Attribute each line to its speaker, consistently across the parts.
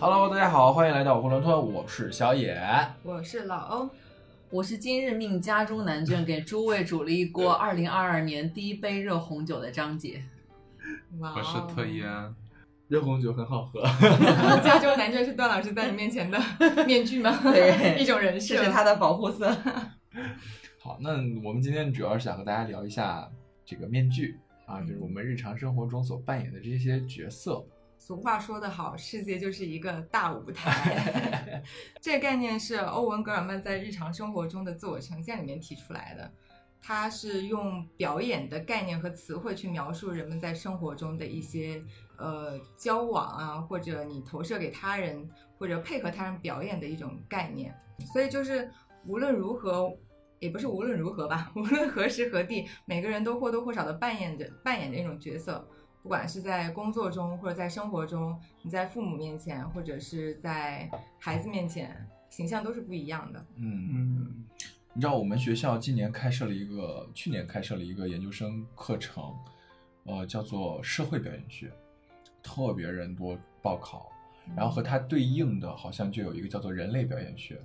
Speaker 1: Hello，大家好，欢迎来到我工程村，我是小野。
Speaker 2: 我是老欧，
Speaker 3: 我是今日命家中男眷，给诸位煮了一锅二零二二年第一杯热红酒的张姐。
Speaker 2: 哇哦哦
Speaker 4: 我是特烟，
Speaker 1: 热红酒很好喝，
Speaker 2: 加州男眷是段老师在你面前的面具吗？
Speaker 3: 对
Speaker 2: 一种人
Speaker 3: 这
Speaker 2: 设。
Speaker 3: 是她的保护色。
Speaker 1: 好，那我们今天主要是想和大家聊一下这个面具
Speaker 4: 嗯
Speaker 1: 啊，就是我们日常生活中所扮演的这些角色。
Speaker 2: 俗话说得好，世界就是一个大舞台。这个概念是欧文·格尔曼在日常生活中的自我呈现里面提出来的。他是用表演的概念和词汇去描述人们在生活中的一些呃交往啊，或者你投射给他人，或者配合他人表演的一种概念。所以就是无论如何，也不是无论如何吧，无论何时何地，每个人都或多或少的扮演着扮演着一种角色。不管是在工作中，或者在生活中，你在父母面前，或者是在孩子面前，形象都是不一样的。
Speaker 1: 嗯，
Speaker 4: 嗯，
Speaker 1: 你知道我们学校今年开设了一个，去年开设了一个研究生课程，呃，叫做社会表演学，特别人多报考，然后和
Speaker 2: 嗯
Speaker 1: 它对应的好像就有一个叫做人类表演学，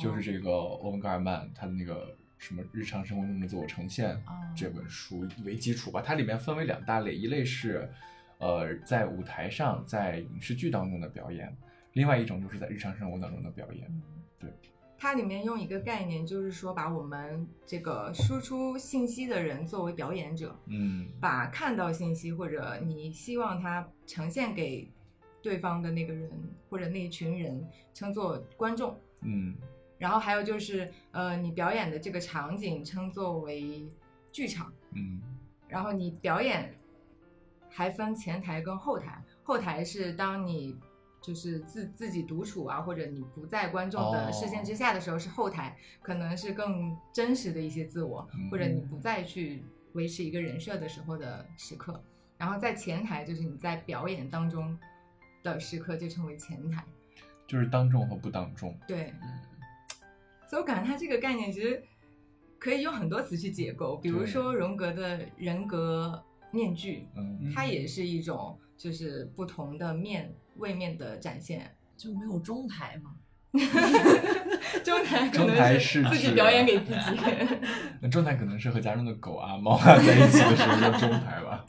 Speaker 1: 就是这个欧文·戈尔曼他的那个什么日常生活中的自我呈现
Speaker 2: 啊
Speaker 1: 这本书为基础吧。它里面分为两大类，一类是呃在舞台上在影视剧当中的表演，另外一种就是在日常生活当中的表演。对，
Speaker 2: 嗯它里面用一个概念，就是说把我们这个输出信息的人作为表演者，
Speaker 1: 嗯
Speaker 2: 把看到信息或者你希望他呈现给对方的那个人或者那一群人称作观众。
Speaker 1: 嗯
Speaker 2: 然后还有就是，呃，你表演的这个场景称作为剧场。
Speaker 1: 嗯
Speaker 2: 然后你表演还分前台跟后台，后台是当你就是自自己独处啊，或者你不在观众的视
Speaker 1: 哦
Speaker 2: 线之下的时候是后台，可能是更真实的一些自我，
Speaker 1: 嗯
Speaker 2: 或者你不再去维持一个人设的时候的时刻。然后在前台就是你在表演当中的时刻就称为前台，
Speaker 1: 就是当众和不当众。
Speaker 2: 对。
Speaker 1: 嗯
Speaker 2: 所以我感觉他这个概念其实可以用很多词去解构，比如
Speaker 1: 对
Speaker 2: 说荣格的人格面具，
Speaker 1: 嗯，
Speaker 2: 它也是一种就是不同的面位面的展现。
Speaker 3: 就没有中台嘛？
Speaker 2: 中台可
Speaker 1: 中台哎
Speaker 2: 能
Speaker 1: 是
Speaker 2: 自己
Speaker 1: 指
Speaker 2: 表演给自己，
Speaker 1: 那状态可能是和家中的狗啊、猫啊 在一起的时候叫中台吧。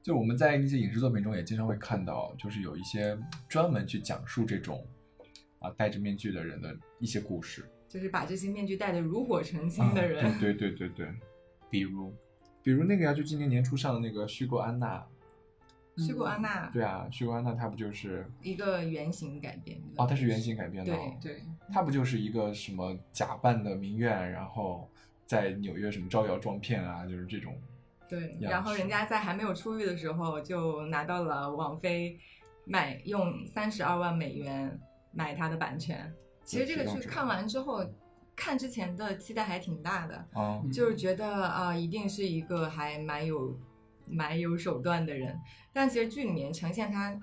Speaker 1: 就我们在一些影视作品中也经常会看到，就是有一些专门去讲述这种啊戴着面具的人的一些故事。
Speaker 2: 就是把这些面具戴得炉火纯青的人。
Speaker 1: 啊对对对对对，比如，比如那个呀、就今年年初上的那个《虚构安娜
Speaker 3: 嗯
Speaker 2: 虚构安娜》，
Speaker 1: 对啊，《虚构安娜》它不就是
Speaker 2: 一个原型改编的
Speaker 1: 哦，它是原型改编的、
Speaker 2: 对
Speaker 1: 哦，
Speaker 2: 对，
Speaker 1: 它不就是一个什么假扮的名媛，然后在纽约什么招摇撞骗啊，就是这种，
Speaker 2: 对，
Speaker 1: 样
Speaker 2: 然后
Speaker 1: 式
Speaker 2: 人家在还没有出狱的时候就拿到了网飞买用三十二万美元买它的版权。其实这个
Speaker 1: 知道
Speaker 2: 剧
Speaker 1: 知道
Speaker 2: 看完之后，看之前的期待还挺大的，
Speaker 1: 啊、
Speaker 4: 嗯
Speaker 2: 就是觉得啊、一定是一个还蛮有蛮有手段的人，但其实剧里面呈现他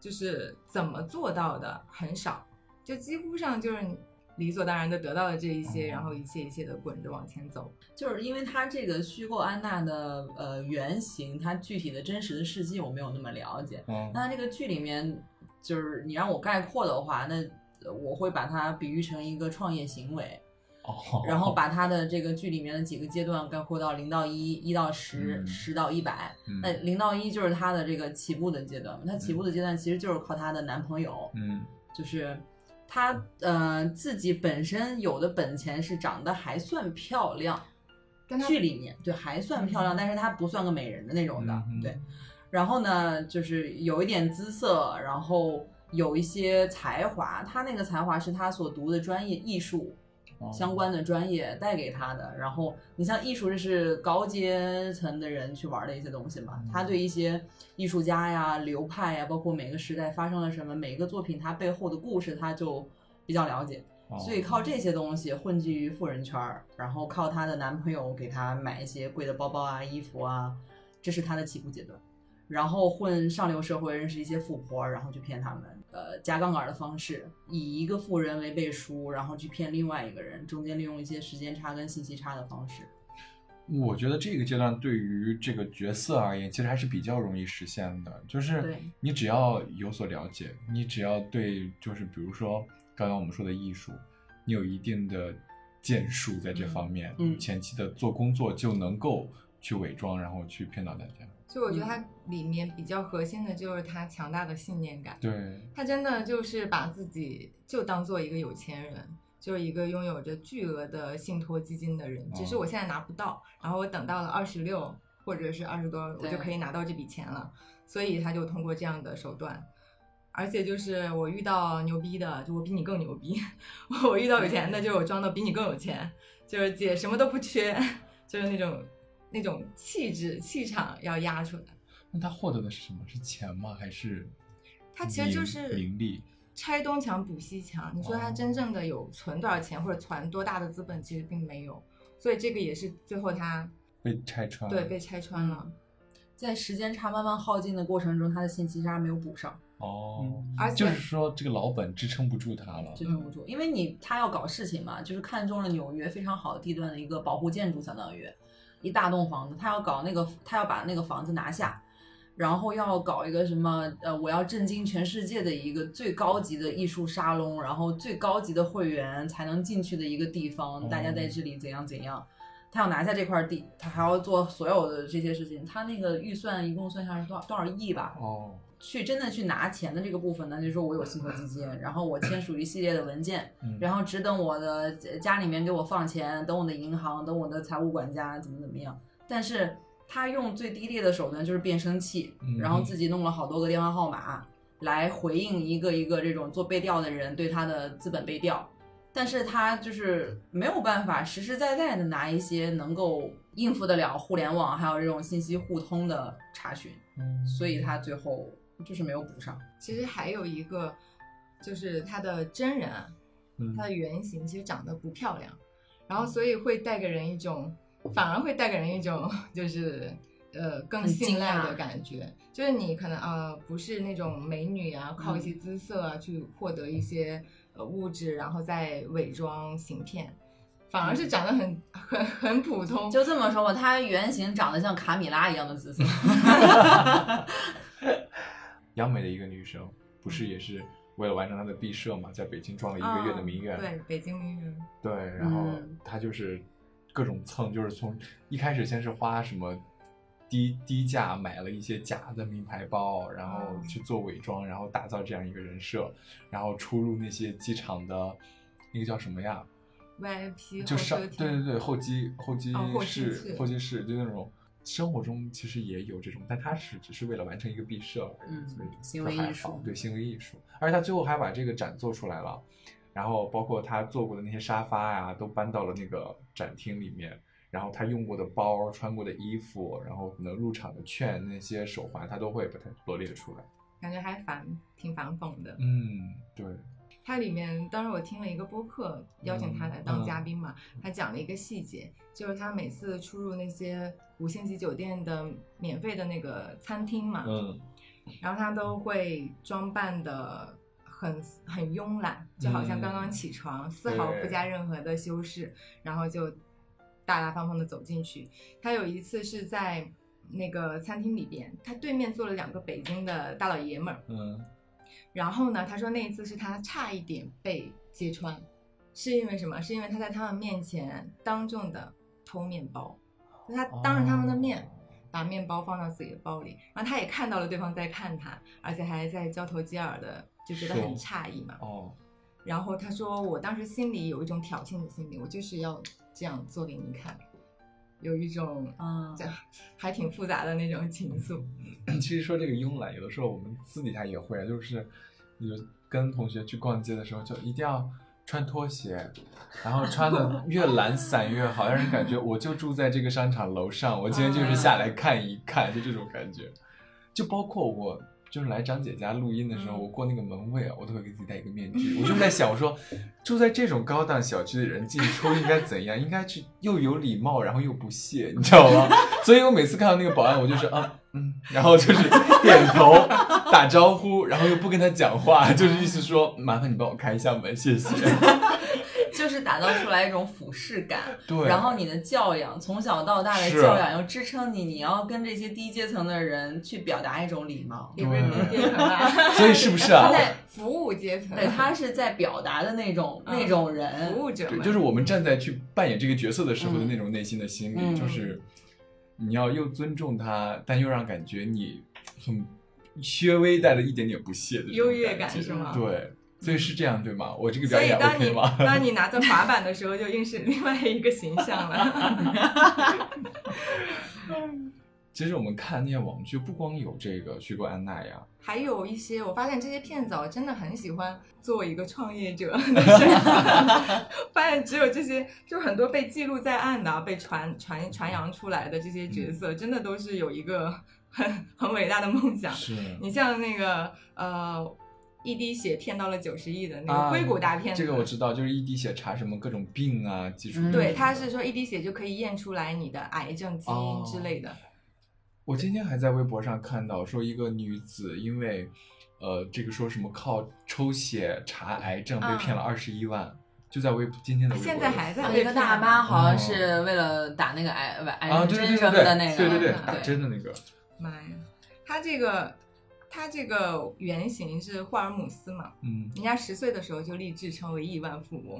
Speaker 2: 就是怎么做到的很少，就几乎上就是理所当然的得到了这一些，
Speaker 1: 嗯
Speaker 2: 然后一切一切的滚着往前走。
Speaker 3: 就是因为她这个虚构安娜的呃原型，她具体的真实的事迹我没有那么了解。
Speaker 1: 嗯
Speaker 3: 那它这个剧里面，就是你让我概括的话，那呃我会把它比喻成一个创业行为，
Speaker 1: 哦，
Speaker 3: 然后把它的这个剧里面的几个阶段概括到零到一、一到十、
Speaker 1: 嗯
Speaker 3: 十到一百。
Speaker 1: 嗯
Speaker 3: 那零到一就是她的这个起步的阶段，她起步的阶段其实就是靠她的男朋友，
Speaker 1: 嗯
Speaker 3: 就是她呃自己本身有的本钱是长得还算漂亮，
Speaker 2: 但他
Speaker 3: 剧里面对还算漂亮，
Speaker 2: 嗯
Speaker 3: 但是她不算个美人的那种的，
Speaker 1: 嗯嗯
Speaker 3: 对。然后呢，就是有一点姿色，然后有一些才华。她那个才华是她所读的专业艺术
Speaker 1: 哦
Speaker 3: 相关的专业带给她的。然后你像艺术，这是高阶层的人去玩的一些东西嘛
Speaker 1: 嗯。
Speaker 3: 她对一些艺术家呀、流派呀，包括每个时代发生了什么，每个作品它背后的故事，她就比较了解。
Speaker 1: 哦
Speaker 3: 所以靠这些东西混迹于富人圈儿，然后靠她的男朋友给她买一些贵的包包啊、衣服啊，这是她的起步阶段。然后混上流社会，认识一些富婆，然后去骗他们，呃，夹杠杆的方式，以一个富人为背书，然后去骗另外一个人，中间利用一些时间差跟信息差的方式。
Speaker 1: 我觉得这个阶段对于这个角色而言，其实还是比较容易实现的。就是
Speaker 3: 对
Speaker 1: 你只要有所了解，你只要对，就是比如说刚刚我们说的艺术，你有一定的建树在这方面，
Speaker 3: 嗯嗯
Speaker 1: 前期的做工作就能够去伪装，然后去骗到大家。
Speaker 2: 所以我觉得它里面比较核心的就是它强大的信念感。
Speaker 1: 对，
Speaker 2: 他真的就是把自己就当做一个有钱人，就是一个拥有着巨额的信托基金的人。只是我现在拿不到，然后我等到了二十六或者是二十多，我
Speaker 3: 对
Speaker 2: 就可以拿到这笔钱了。所以他就通过这样的手段，而且就是我遇到牛逼的，就我比你更牛逼； 我遇到有钱的，就我装的比你更有钱，就是姐什么都不缺， 就是那种那种气质气场要压出来。
Speaker 1: 那他获得的是什么？是钱吗？还是
Speaker 2: 他其实就
Speaker 1: 名
Speaker 2: 是
Speaker 1: 名利？
Speaker 2: 拆东墙补西墙，你说他
Speaker 1: 哦
Speaker 2: 真正的有存多少钱或者攒多大的资本，其实并没有，所以这个也是最后他
Speaker 1: 被拆穿
Speaker 2: 对被拆穿了，
Speaker 3: 在时间差慢慢耗尽的过程中，他的信息差没有补上，
Speaker 1: 哦，
Speaker 2: 而
Speaker 1: 就
Speaker 2: 且
Speaker 1: 是说这个老本支撑不住他了。
Speaker 3: 支撑不住，因为你他要搞事情嘛，就是看中了纽约非常好的地段的一个保护建筑，相当于一大栋房子，他要搞那个，他要把那个房子拿下，然后要搞一个什么呃，我要震惊全世界的一个最高级的艺术沙龙，然后最高级的会员才能进去的一个地方，大家在这里怎样怎样。他要拿下这块地，他还要做所有的这些事情。他那个预算一共算下来多少多少亿吧？
Speaker 1: 哦，
Speaker 3: 去真的去拿钱的这个部分呢，就是说我有信托基金，然后我签署一系列的文件，
Speaker 1: 嗯
Speaker 3: 然后只等我的呃家里面给我放钱，等我的银行，等我的财务管家怎么怎么样。但是他用最低劣的手段就是变声器
Speaker 1: 嗯，
Speaker 3: 然后自己弄了好多个电话号码来回应一个一个这种做背调的人对他的资本背调。但是他就是没有办法实实在在的拿一些能够应付得了互联网还有这种信息互通的查询，
Speaker 1: 嗯
Speaker 3: 所以他最后就是没有补上。
Speaker 2: 其实还有一个就是他的真人啊，
Speaker 1: 嗯
Speaker 2: 他的原型其实长得不漂亮，然后所以会带给人一种，反而会带给人一种就是呃更
Speaker 3: 很
Speaker 2: 信赖
Speaker 3: 惊
Speaker 2: 的
Speaker 3: 讶
Speaker 2: 感觉，就是你可能呃不是那种美女啊，靠
Speaker 3: 嗯
Speaker 2: 一些姿色啊、去获得一些呃物质，然后再伪装行骗，反而是长得很很很普通，
Speaker 3: 嗯就这么说吧，他原型长得像卡米拉一样的姿 色，
Speaker 1: 央美的一个女生，不
Speaker 3: 嗯
Speaker 1: 是也是为了完成她的毕设嘛，在北京装了一个月的名媛，
Speaker 2: 啊对北京名媛，
Speaker 1: 对然后
Speaker 3: 哦嗯
Speaker 1: 她就是各种蹭，就是从一开始先是花什么低低价买了一些假的名牌包，然后
Speaker 3: 哦
Speaker 2: 嗯
Speaker 1: 去做伪装，然后打造这样一个人设，然后出入那些机场的那个叫什么呀？
Speaker 2: ，VIP
Speaker 1: 就
Speaker 2: 候
Speaker 1: 上
Speaker 2: 车厅，
Speaker 1: 对对对后机后机
Speaker 2: 哦候机
Speaker 1: 室
Speaker 2: 室
Speaker 1: 后机室就那种。生活中其实也有这种，但他是只是为了完成一个毕设而已，
Speaker 3: 嗯
Speaker 1: 所以
Speaker 3: 行
Speaker 1: 就
Speaker 3: 为
Speaker 1: 还
Speaker 3: 艺
Speaker 1: 好
Speaker 3: 术
Speaker 1: 对行为艺术，而且他最后还把这个展做出来了，然后包括他做过的那些沙发呀、都搬到了那个展厅里面，然后他用过的包、穿过的衣服，然后可能入场的券、那些手环，他都会把它罗列出来。
Speaker 2: 感觉还反挺反讽的，
Speaker 1: 嗯，对，
Speaker 2: 它里面当时我听了一个播客，邀请他来当嘉宾嘛，他讲了一个细节，就是他每次出入那些五星级酒店的免费的那个餐厅嘛，
Speaker 1: 嗯
Speaker 2: 然后他都会装扮的很很慵懒，就好像刚刚起床，丝毫不加任何的修饰，然后就大大方方的走进去。他有一次是在那个餐厅里边，他对面坐了两个北京的大老爷们儿。
Speaker 1: 嗯，
Speaker 2: 然后呢，他说那一次是他差一点被揭穿，是因为什么？是因为他在他们面前当众的偷面包，就他
Speaker 1: 哦
Speaker 2: 当着他们的面、把面包放到自己的包里，然后他也看到了对方在看他，而且还在交头接耳的，就觉得很
Speaker 1: 是
Speaker 2: 诧异嘛。
Speaker 1: 哦，
Speaker 2: 然后他说，我当时心里有一种挑衅的心理，我就是要这样做给你看，有一种
Speaker 3: 嗯
Speaker 2: 这，样还挺复杂的那种情愫。
Speaker 1: 其实说这个慵懒，有的时候我们私底下也会，啊就是你就跟同学去逛街的时候，就一定要穿拖鞋，然后穿的越懒散越好，让人感觉我就住在这个商场楼上，我今天就是下来看一看，就这种感觉。就包括我。就是来张姐家录音的时候，
Speaker 2: 嗯
Speaker 1: 我过那个门卫啊，我都会给自己戴一个面 具。我就在想，我说住在这种高档小区的人进出应该怎样？应该去又有礼貌，然后又不屑，你知道吗？所以我每次看到那个保安，我就是啊嗯，然后就是点头打招呼，然后又不跟他讲话，就是意思说麻烦你帮我开一下门，谢谢。
Speaker 3: 就是打造出来一种俯视感，
Speaker 1: 对，
Speaker 3: 然后你的教养，从小到大的
Speaker 1: 是
Speaker 3: 教养要支撑你，你要跟这些低阶层的人去表达一种礼貌。
Speaker 2: 也不是低阶层吧，
Speaker 1: 所以是不是啊
Speaker 3: 他？在
Speaker 2: 服务阶层，
Speaker 3: 对，他是在表达的那种
Speaker 2: 嗯
Speaker 3: 那种人
Speaker 2: 服，务者
Speaker 1: 对，
Speaker 2: 们，
Speaker 1: 就是我们站在去扮演这个角色的时
Speaker 2: 嗯
Speaker 1: 候的那种内心的心理，
Speaker 3: 嗯
Speaker 1: 就是你要又尊重他，但又让感觉你很稍微带了一点点不屑的这种
Speaker 2: 优越
Speaker 1: 感
Speaker 2: 感
Speaker 1: 觉
Speaker 2: 是吗
Speaker 1: 对，所以是这样对吗？我这个表
Speaker 2: 所以
Speaker 1: 演
Speaker 2: 当你
Speaker 1: OK 吗？
Speaker 2: 当你拿着滑板的时候，就硬是另外一个形象了。
Speaker 1: 其实我们看那些网剧，不光有这个《虚构安娜》呀，
Speaker 2: 还有一些，我发现这些骗子哦真的很喜欢做一个创业者的身份， 发现只有这些，就是很多被记录在案的啊、被传传传扬出来的这些角色，
Speaker 1: 嗯
Speaker 2: 真的都是有一个很 很伟大的梦想。
Speaker 1: 是
Speaker 2: 你像那个呃，一滴血骗到了九十亿的那
Speaker 1: 啊
Speaker 2: 个硅谷大骗子，
Speaker 1: 这个我知道，就是一滴血查什么各种病啊，基础
Speaker 3: 嗯
Speaker 2: 对，
Speaker 1: 他
Speaker 2: 他是说一滴血就可以验出来你的癌症基因之类的。
Speaker 1: 我今天还在微博上看到说，一个女子因为，呃，这个说什么靠抽血查癌症被
Speaker 2: 嗯
Speaker 1: 骗了二十一万，就在微今天的微博
Speaker 2: 现在还在
Speaker 3: 有一个大妈好像是
Speaker 1: 哦
Speaker 3: 为了打那个癌癌
Speaker 1: 啊，
Speaker 3: 癌
Speaker 1: 对
Speaker 3: 症针
Speaker 1: 对
Speaker 3: 什
Speaker 1: 对
Speaker 3: 么
Speaker 1: 对
Speaker 3: 的那个，
Speaker 1: 对对对，
Speaker 2: 嗯
Speaker 1: 打针的那个，
Speaker 2: 妈呀，他这个他这个原型是霍尔姆斯嘛？
Speaker 1: 嗯，
Speaker 2: 人家十岁的时候就立志成为亿万富翁，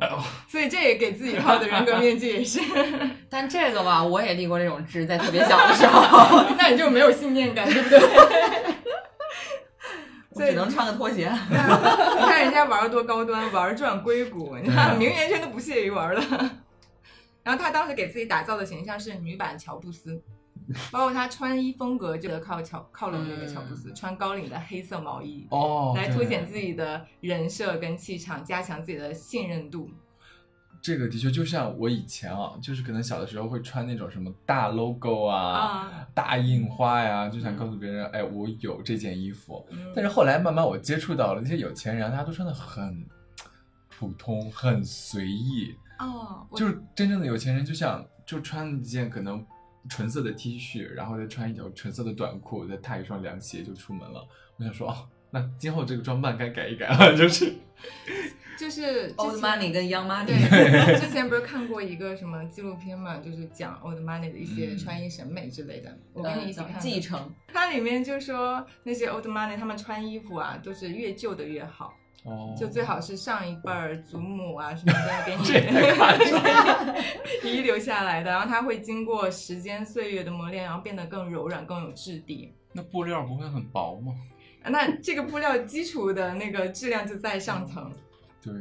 Speaker 2: 所以这也给自己套的人格面具也是。
Speaker 3: 但这个吧，我也立过这种志，在特别小的时 候，
Speaker 2: 那你就没有信念感，对不对？
Speaker 3: 我只能穿个拖鞋。
Speaker 2: 你看人家玩儿多高端，玩儿转硅 谷，你看名媛圈都不屑于玩儿了。然后他当时给自己打造的形象是女版乔布斯，包括他穿衣风格就靠乔靠拢那个乔布斯，穿高领的黑色毛衣，
Speaker 1: 哦，
Speaker 2: 来
Speaker 1: 对
Speaker 2: 凸显自己的人设跟气场，加强自己的信任度。
Speaker 1: 这个的确就像我以前啊，就是可能小的时候会穿那种什么大 logo 啊、
Speaker 2: 啊
Speaker 1: 大印花呀、就想告诉别人，哎，我有这件衣服。
Speaker 2: 嗯
Speaker 1: 但是后来慢慢我接触到了那些有钱人啊，大家都穿的很普通、很随意，
Speaker 2: 哦，我
Speaker 1: 就是真正的有钱人，就像就穿一件可能纯色的 T 恤，然后再穿一条纯色的短裤，再踏一双凉鞋就出门了。我想说，哦，那今后这个装扮该改一改了， 就是
Speaker 2: 就是之前
Speaker 3: Old money 跟 Young money，
Speaker 2: 对，之前不是看过一个什么纪录片嘛，就是讲 old money 的一些
Speaker 1: 嗯
Speaker 2: 穿衣审美之类的。我
Speaker 3: 呃
Speaker 2: 跟你一起看的。
Speaker 3: 继承。
Speaker 2: 它里面就说那些 old money 他们穿衣服啊，都是越旧的越好，
Speaker 1: 哦，
Speaker 2: 就最好是上一辈儿祖母啊什么 的给
Speaker 1: 这也夸
Speaker 2: 你遗留下来的，然后它会经过时间岁月的磨练，然后变得更柔软、更有质地。
Speaker 1: 那布料不会很薄吗？
Speaker 2: 那这个布料基础的那个质量就在上层，
Speaker 1: 对，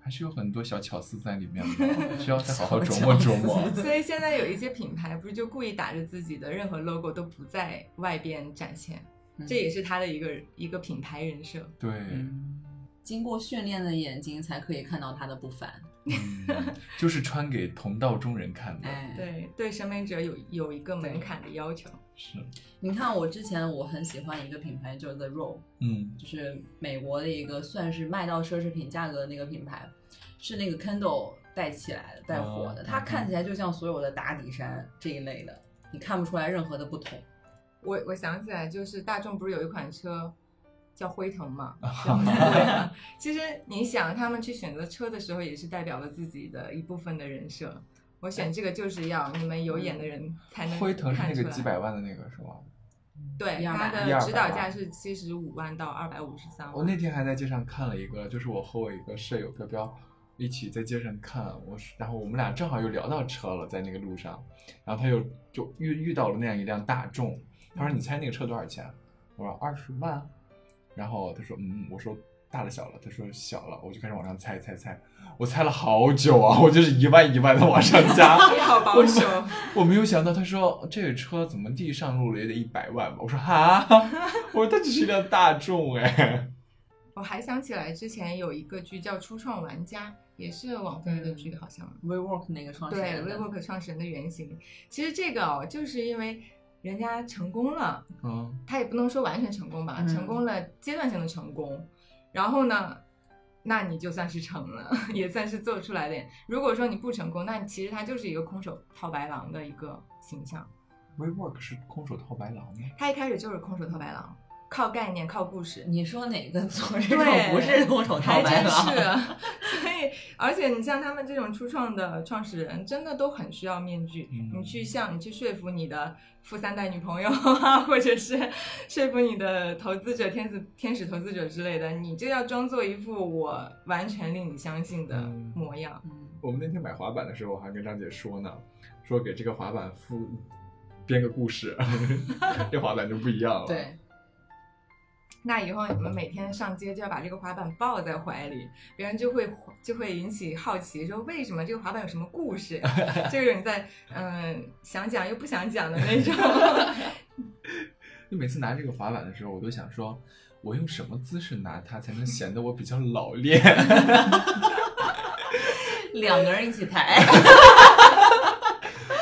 Speaker 1: 还是有很多小巧思在里 面的，需要再好好琢磨琢磨。
Speaker 2: 所以现在有一些品牌不是就故意打着自己的任何 logo 都不在外边展现，
Speaker 1: 嗯
Speaker 2: 这也是它的一个一个品牌人设。
Speaker 1: 对，
Speaker 3: 嗯经过训练的眼睛才可以看到他的不凡。
Speaker 1: 嗯就是穿给同道中人看的，
Speaker 3: 哎，，
Speaker 2: 对对，审美者有有一个门槛的要求。
Speaker 1: 是，
Speaker 3: 你看我之前我很喜欢一个品牌，就是 The Row，
Speaker 1: 嗯
Speaker 3: 就是美国的一个算是卖到奢侈品价格的那个品牌，是那个 Kendall 带起来的、带火的。
Speaker 1: 哦
Speaker 3: 它看起来就像所有的打底衫这一类的，你看不出来任何的不同。
Speaker 2: 我我想起来，就是大众不是有一款车叫辉 腾嘛？其实你想，他们去选择车的时候，也是代表了自己的一部分的人设。我选这个就是要你们有眼的人才能
Speaker 1: 哎嗯辉腾是那
Speaker 2: 看出
Speaker 1: 个
Speaker 2: 来
Speaker 1: 几百万的那个是吗？
Speaker 2: 对，
Speaker 3: 120
Speaker 2: 它
Speaker 1: 120
Speaker 2: 的指导价
Speaker 1: 万
Speaker 2: 是七十五万到二百五十三
Speaker 1: 我哦
Speaker 2: 万。
Speaker 1: 那 天还在街上看了一个，就是我和我一个舍友彪彪一起在街上看，我是然后我们俩正好又聊到车了，在那个路上，然后他又就遇遇到了那样一辆大众，他说你猜那个车多少钱？我说二十万，然后他说嗯，我说大了小了，他说小了，我就开始往上猜猜猜，我猜了好久啊，我就是一万一万的往上加，
Speaker 2: 你 好保守，
Speaker 1: 我没有想到，他说这个车怎么地上路了也得一百万吧？我说哈， 我说它只是一辆大众哎，
Speaker 2: 我还想起来之前有一个剧叫《初创玩家》，也是网飞的
Speaker 1: 嗯
Speaker 2: 剧，好像。
Speaker 3: WeWork 那个创始
Speaker 2: 对
Speaker 3: 人的，
Speaker 2: WeWork 创始人的原型。其实这个哦，就是因为人家成功了，
Speaker 1: 嗯，
Speaker 2: 他也不能说完全成功吧，
Speaker 3: 嗯
Speaker 2: 成功了阶段性的成功，然后呢，那你就算是成了，也算是做出来了。如果说你不成功，那其实他就是一个空手套白狼的一个形象。
Speaker 1: WeWork 是空手套白狼吗？
Speaker 2: 他一开始就是空手套白狼，靠概念、靠故事。
Speaker 3: 你说哪个做这种
Speaker 2: 对
Speaker 3: 不是动手
Speaker 2: 还
Speaker 3: 套
Speaker 2: 真
Speaker 3: 白狼？
Speaker 2: 是， 所以而且你像他们这种初创的创始人，真的都很需要面具。
Speaker 1: 嗯
Speaker 2: 你去像你去说服你的富三代女朋友啊， 或者是说服你的投资者、天使天使投资者之类的，你就要装作一副我完全令你相信的
Speaker 1: 嗯
Speaker 2: 模样。
Speaker 3: 嗯
Speaker 1: 我们那天买滑板的时候，我还跟张姐说呢，说给这个滑板附编个故事， 这滑板就不一样了。
Speaker 3: 对，
Speaker 2: 那以后你们每天上街就要把这个滑板抱在怀里，别人就会就会引起好奇，说为什么这个滑板有什么故事？就是有你在嗯、想讲又不想讲的那种。
Speaker 1: 你每次拿这个滑板的时候，我都想说，我用什么姿势拿它才能显得我比较老练？
Speaker 3: 两个人一起抬，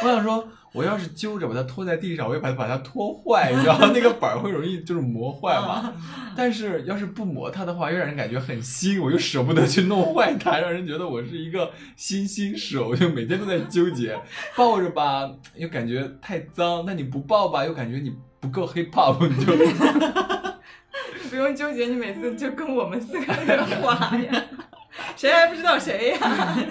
Speaker 1: 我想说，我要是揪着把它拖在地上，我也把它把它拖坏，你知道吗 那个板儿会容易就是磨坏嘛。
Speaker 2: 嗯
Speaker 1: 但是要是不磨它的话，又让人感觉很新，我又舍不得去弄坏它，让人觉得我是一个新新手，我就每天都在纠结。抱着吧，又感觉太脏；但你不抱吧，又感觉你不够 hip hop，你 就
Speaker 2: 不用纠结，你每次就跟我们四个人滑呀，谁还不知道谁呀？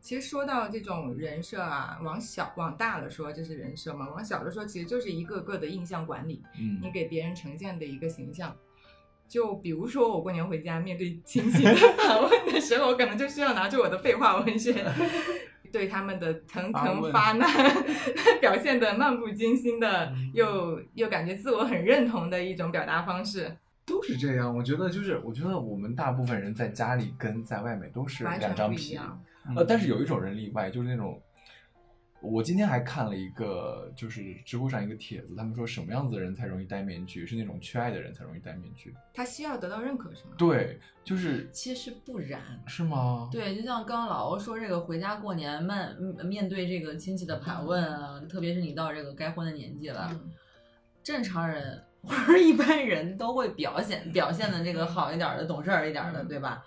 Speaker 2: 其实说到这种人设啊，往小往大了说，这是人设嘛；往小了说，其实就是一个个的印象管理，
Speaker 1: 嗯
Speaker 2: 你给别人呈现的一个形象。就比如说，我过年回家面对 亲戚的 访问的时候，我可能就是要拿出我的废话文 学，对他们的层层发难 表现的漫不经心的，
Speaker 1: 嗯
Speaker 2: 又又感觉自我很认同的一种表达方式。
Speaker 1: 都是这样。我觉得就是，我觉得我们大部分人在家里跟在外面都是
Speaker 2: 完全
Speaker 1: 两张
Speaker 2: 不一
Speaker 1: 皮。
Speaker 2: 样。
Speaker 3: 嗯
Speaker 1: 呃，但是有一种人例外，就是那种，我今天还看了一个，就是知乎上一个帖子，他们说什么样子的人才容易戴面具，是那种缺爱的人才容易戴面具。
Speaker 2: 他需要得到认可是吗？
Speaker 1: 对，就是
Speaker 3: 其实不然。
Speaker 1: 是吗？
Speaker 3: 对，就像刚刚老欧说，这个回家过年面嗯面对这个亲戚的盘问啊，特别是你到这个该婚的年纪了，
Speaker 2: 嗯
Speaker 3: 正常人或者一般人都会表现表现的这个好一点儿的、懂事儿一点儿的，
Speaker 2: 嗯
Speaker 3: 对吧？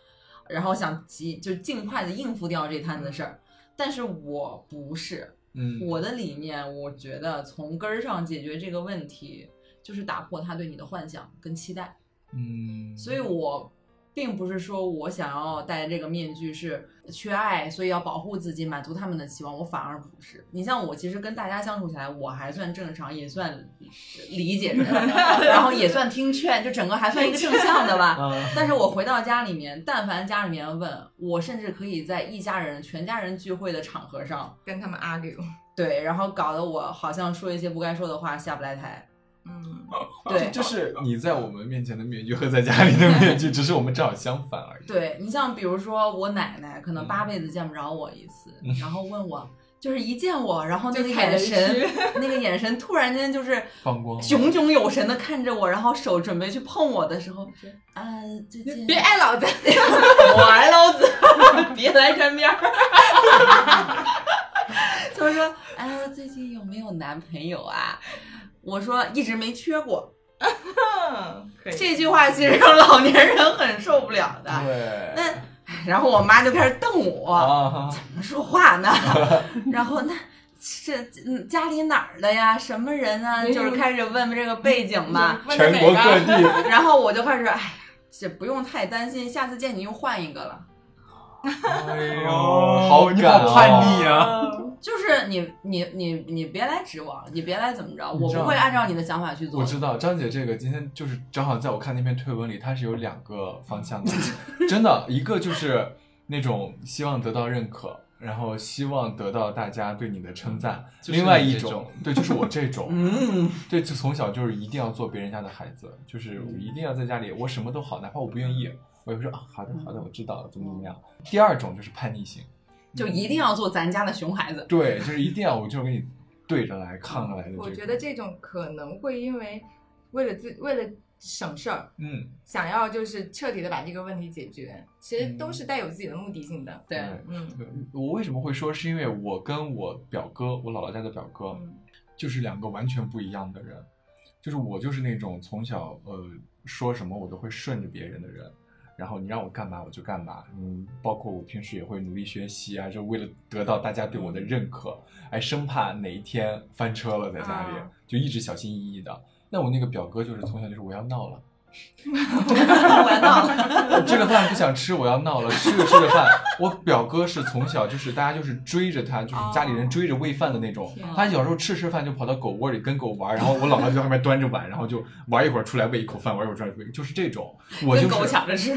Speaker 3: 然后想急就尽快的应付掉这摊子事儿。但是我不是，
Speaker 1: 嗯，
Speaker 3: 我的理念，我觉得从根儿上解决这个问题，就是打破他对你的幻想跟期待。
Speaker 1: 嗯，
Speaker 3: 所以我并不是说我想要戴这个面具是缺爱，所以要保护自己，满足他们的期望。我反而不是。你像我，其实跟大家相处起来，我还算正常，也算理解人，然后也算听劝，就整个还算一个正向的吧。
Speaker 1: 啊，
Speaker 3: 但是我回到家里面，但凡家里面问我，甚至可以在一家人、全家人聚会的场合上，
Speaker 2: 跟他们 argue，
Speaker 3: 对，然后搞得我好像说一些不该说的话，下不来台。
Speaker 2: 嗯，
Speaker 3: 对，
Speaker 1: 就是你在我们面前的面具和在家里的面具，只是我们正好相反而已。
Speaker 3: 对你像比如说我奶奶，可能八
Speaker 1: 嗯
Speaker 3: 辈子见不着我一次，然后问我，就是一见我，然后那
Speaker 2: 就
Speaker 3: 个
Speaker 2: 踩
Speaker 3: 眼
Speaker 2: 雷区
Speaker 3: 神，那个眼神突然间就是
Speaker 1: 放光了
Speaker 3: 炯炯有神的看着我，然后手准备去碰我的时候，啊，最近
Speaker 2: 别挨老子，
Speaker 3: 我挨老子， 别来沾边儿。就是说，哎，最近有没有男朋友啊？我说一直没缺过。
Speaker 2: 可以
Speaker 3: 这句话其实让老年人很受不了的。
Speaker 1: 对，
Speaker 3: 啊那，哎然后我妈就开始瞪我，
Speaker 1: 啊，
Speaker 3: 怎么说话呢？ 然后那是嗯家里哪儿的呀？什么人啊？
Speaker 2: 没有
Speaker 3: 就是开始问这个背景嘛。
Speaker 2: 问
Speaker 1: 全
Speaker 2: 哪
Speaker 1: 国
Speaker 2: 个
Speaker 1: 各地，
Speaker 3: 然后我就开始，哎，这不用太担心，下次见你又换一个了。
Speaker 1: 哎呦，
Speaker 4: 哦你
Speaker 1: 敢
Speaker 4: 好
Speaker 1: 哦
Speaker 4: 叛逆啊！
Speaker 2: 嗯
Speaker 3: 就是你你你你别来指我，你别来怎么着，
Speaker 1: 你
Speaker 3: 我
Speaker 1: 知道
Speaker 3: 不会按照你的想法去做
Speaker 1: 我。知道张姐这个今天就是正好在我看那篇推文里，它是有两个方向的，真的，一个就是那种希望得到认可，然后希望得到大家对你的称赞；，
Speaker 4: 就是
Speaker 1: 另外
Speaker 4: 你
Speaker 1: 一
Speaker 4: 这
Speaker 1: 种
Speaker 4: 种，
Speaker 1: 对，就是我这种，
Speaker 3: 嗯，
Speaker 1: 对，就从小就是一定要做别人家的孩子，就是我一定要在家里，我什么都好，哪怕我不愿意，我也会说啊，好的，好的，我知道了，怎么怎么样。第二种就是叛逆型，嗯
Speaker 3: 就一定要做咱家的熊 孩子。
Speaker 1: 对，就是一定要我就是跟你对着来、抗着来的、这个。
Speaker 2: 我觉得，这种可能会因为为了自为了省事儿，
Speaker 1: 嗯，
Speaker 2: 想要就是彻底的把这个问题解决，其实都
Speaker 1: 嗯
Speaker 2: 是带有自己的目的性的。
Speaker 3: 对，
Speaker 2: 嗯
Speaker 1: 我为什么会说，是因为我跟我表哥，我姥姥家的表哥，
Speaker 2: 嗯
Speaker 1: 就是两个完全不一样的人。就是我就是那种从小呃说什么我都会顺着别人的人，然后你让我干嘛我就干嘛，嗯，包括我平时也会努力学习啊，就为了得到大家对我的认可，哎，生怕哪一天翻车了在家里，
Speaker 2: 啊
Speaker 1: 就一直小心翼翼的。那我那个表哥就是从小就是我要闹了，
Speaker 3: 我要闹 了，
Speaker 1: 我这个饭不想吃，我要闹了，吃着吃着饭。我表哥是从小就是大家就是追着他，就是家里人追着喂饭的那种
Speaker 2: 哦天。啊
Speaker 1: 他小时候吃吃饭就跑到狗窝里跟狗玩，然后我姥姥就在旁边端着碗，然后就玩一会儿出来喂一口饭，玩一会儿出来喂，就是这种。我就
Speaker 3: 跟
Speaker 1: 是
Speaker 3: 狗抢 着吃。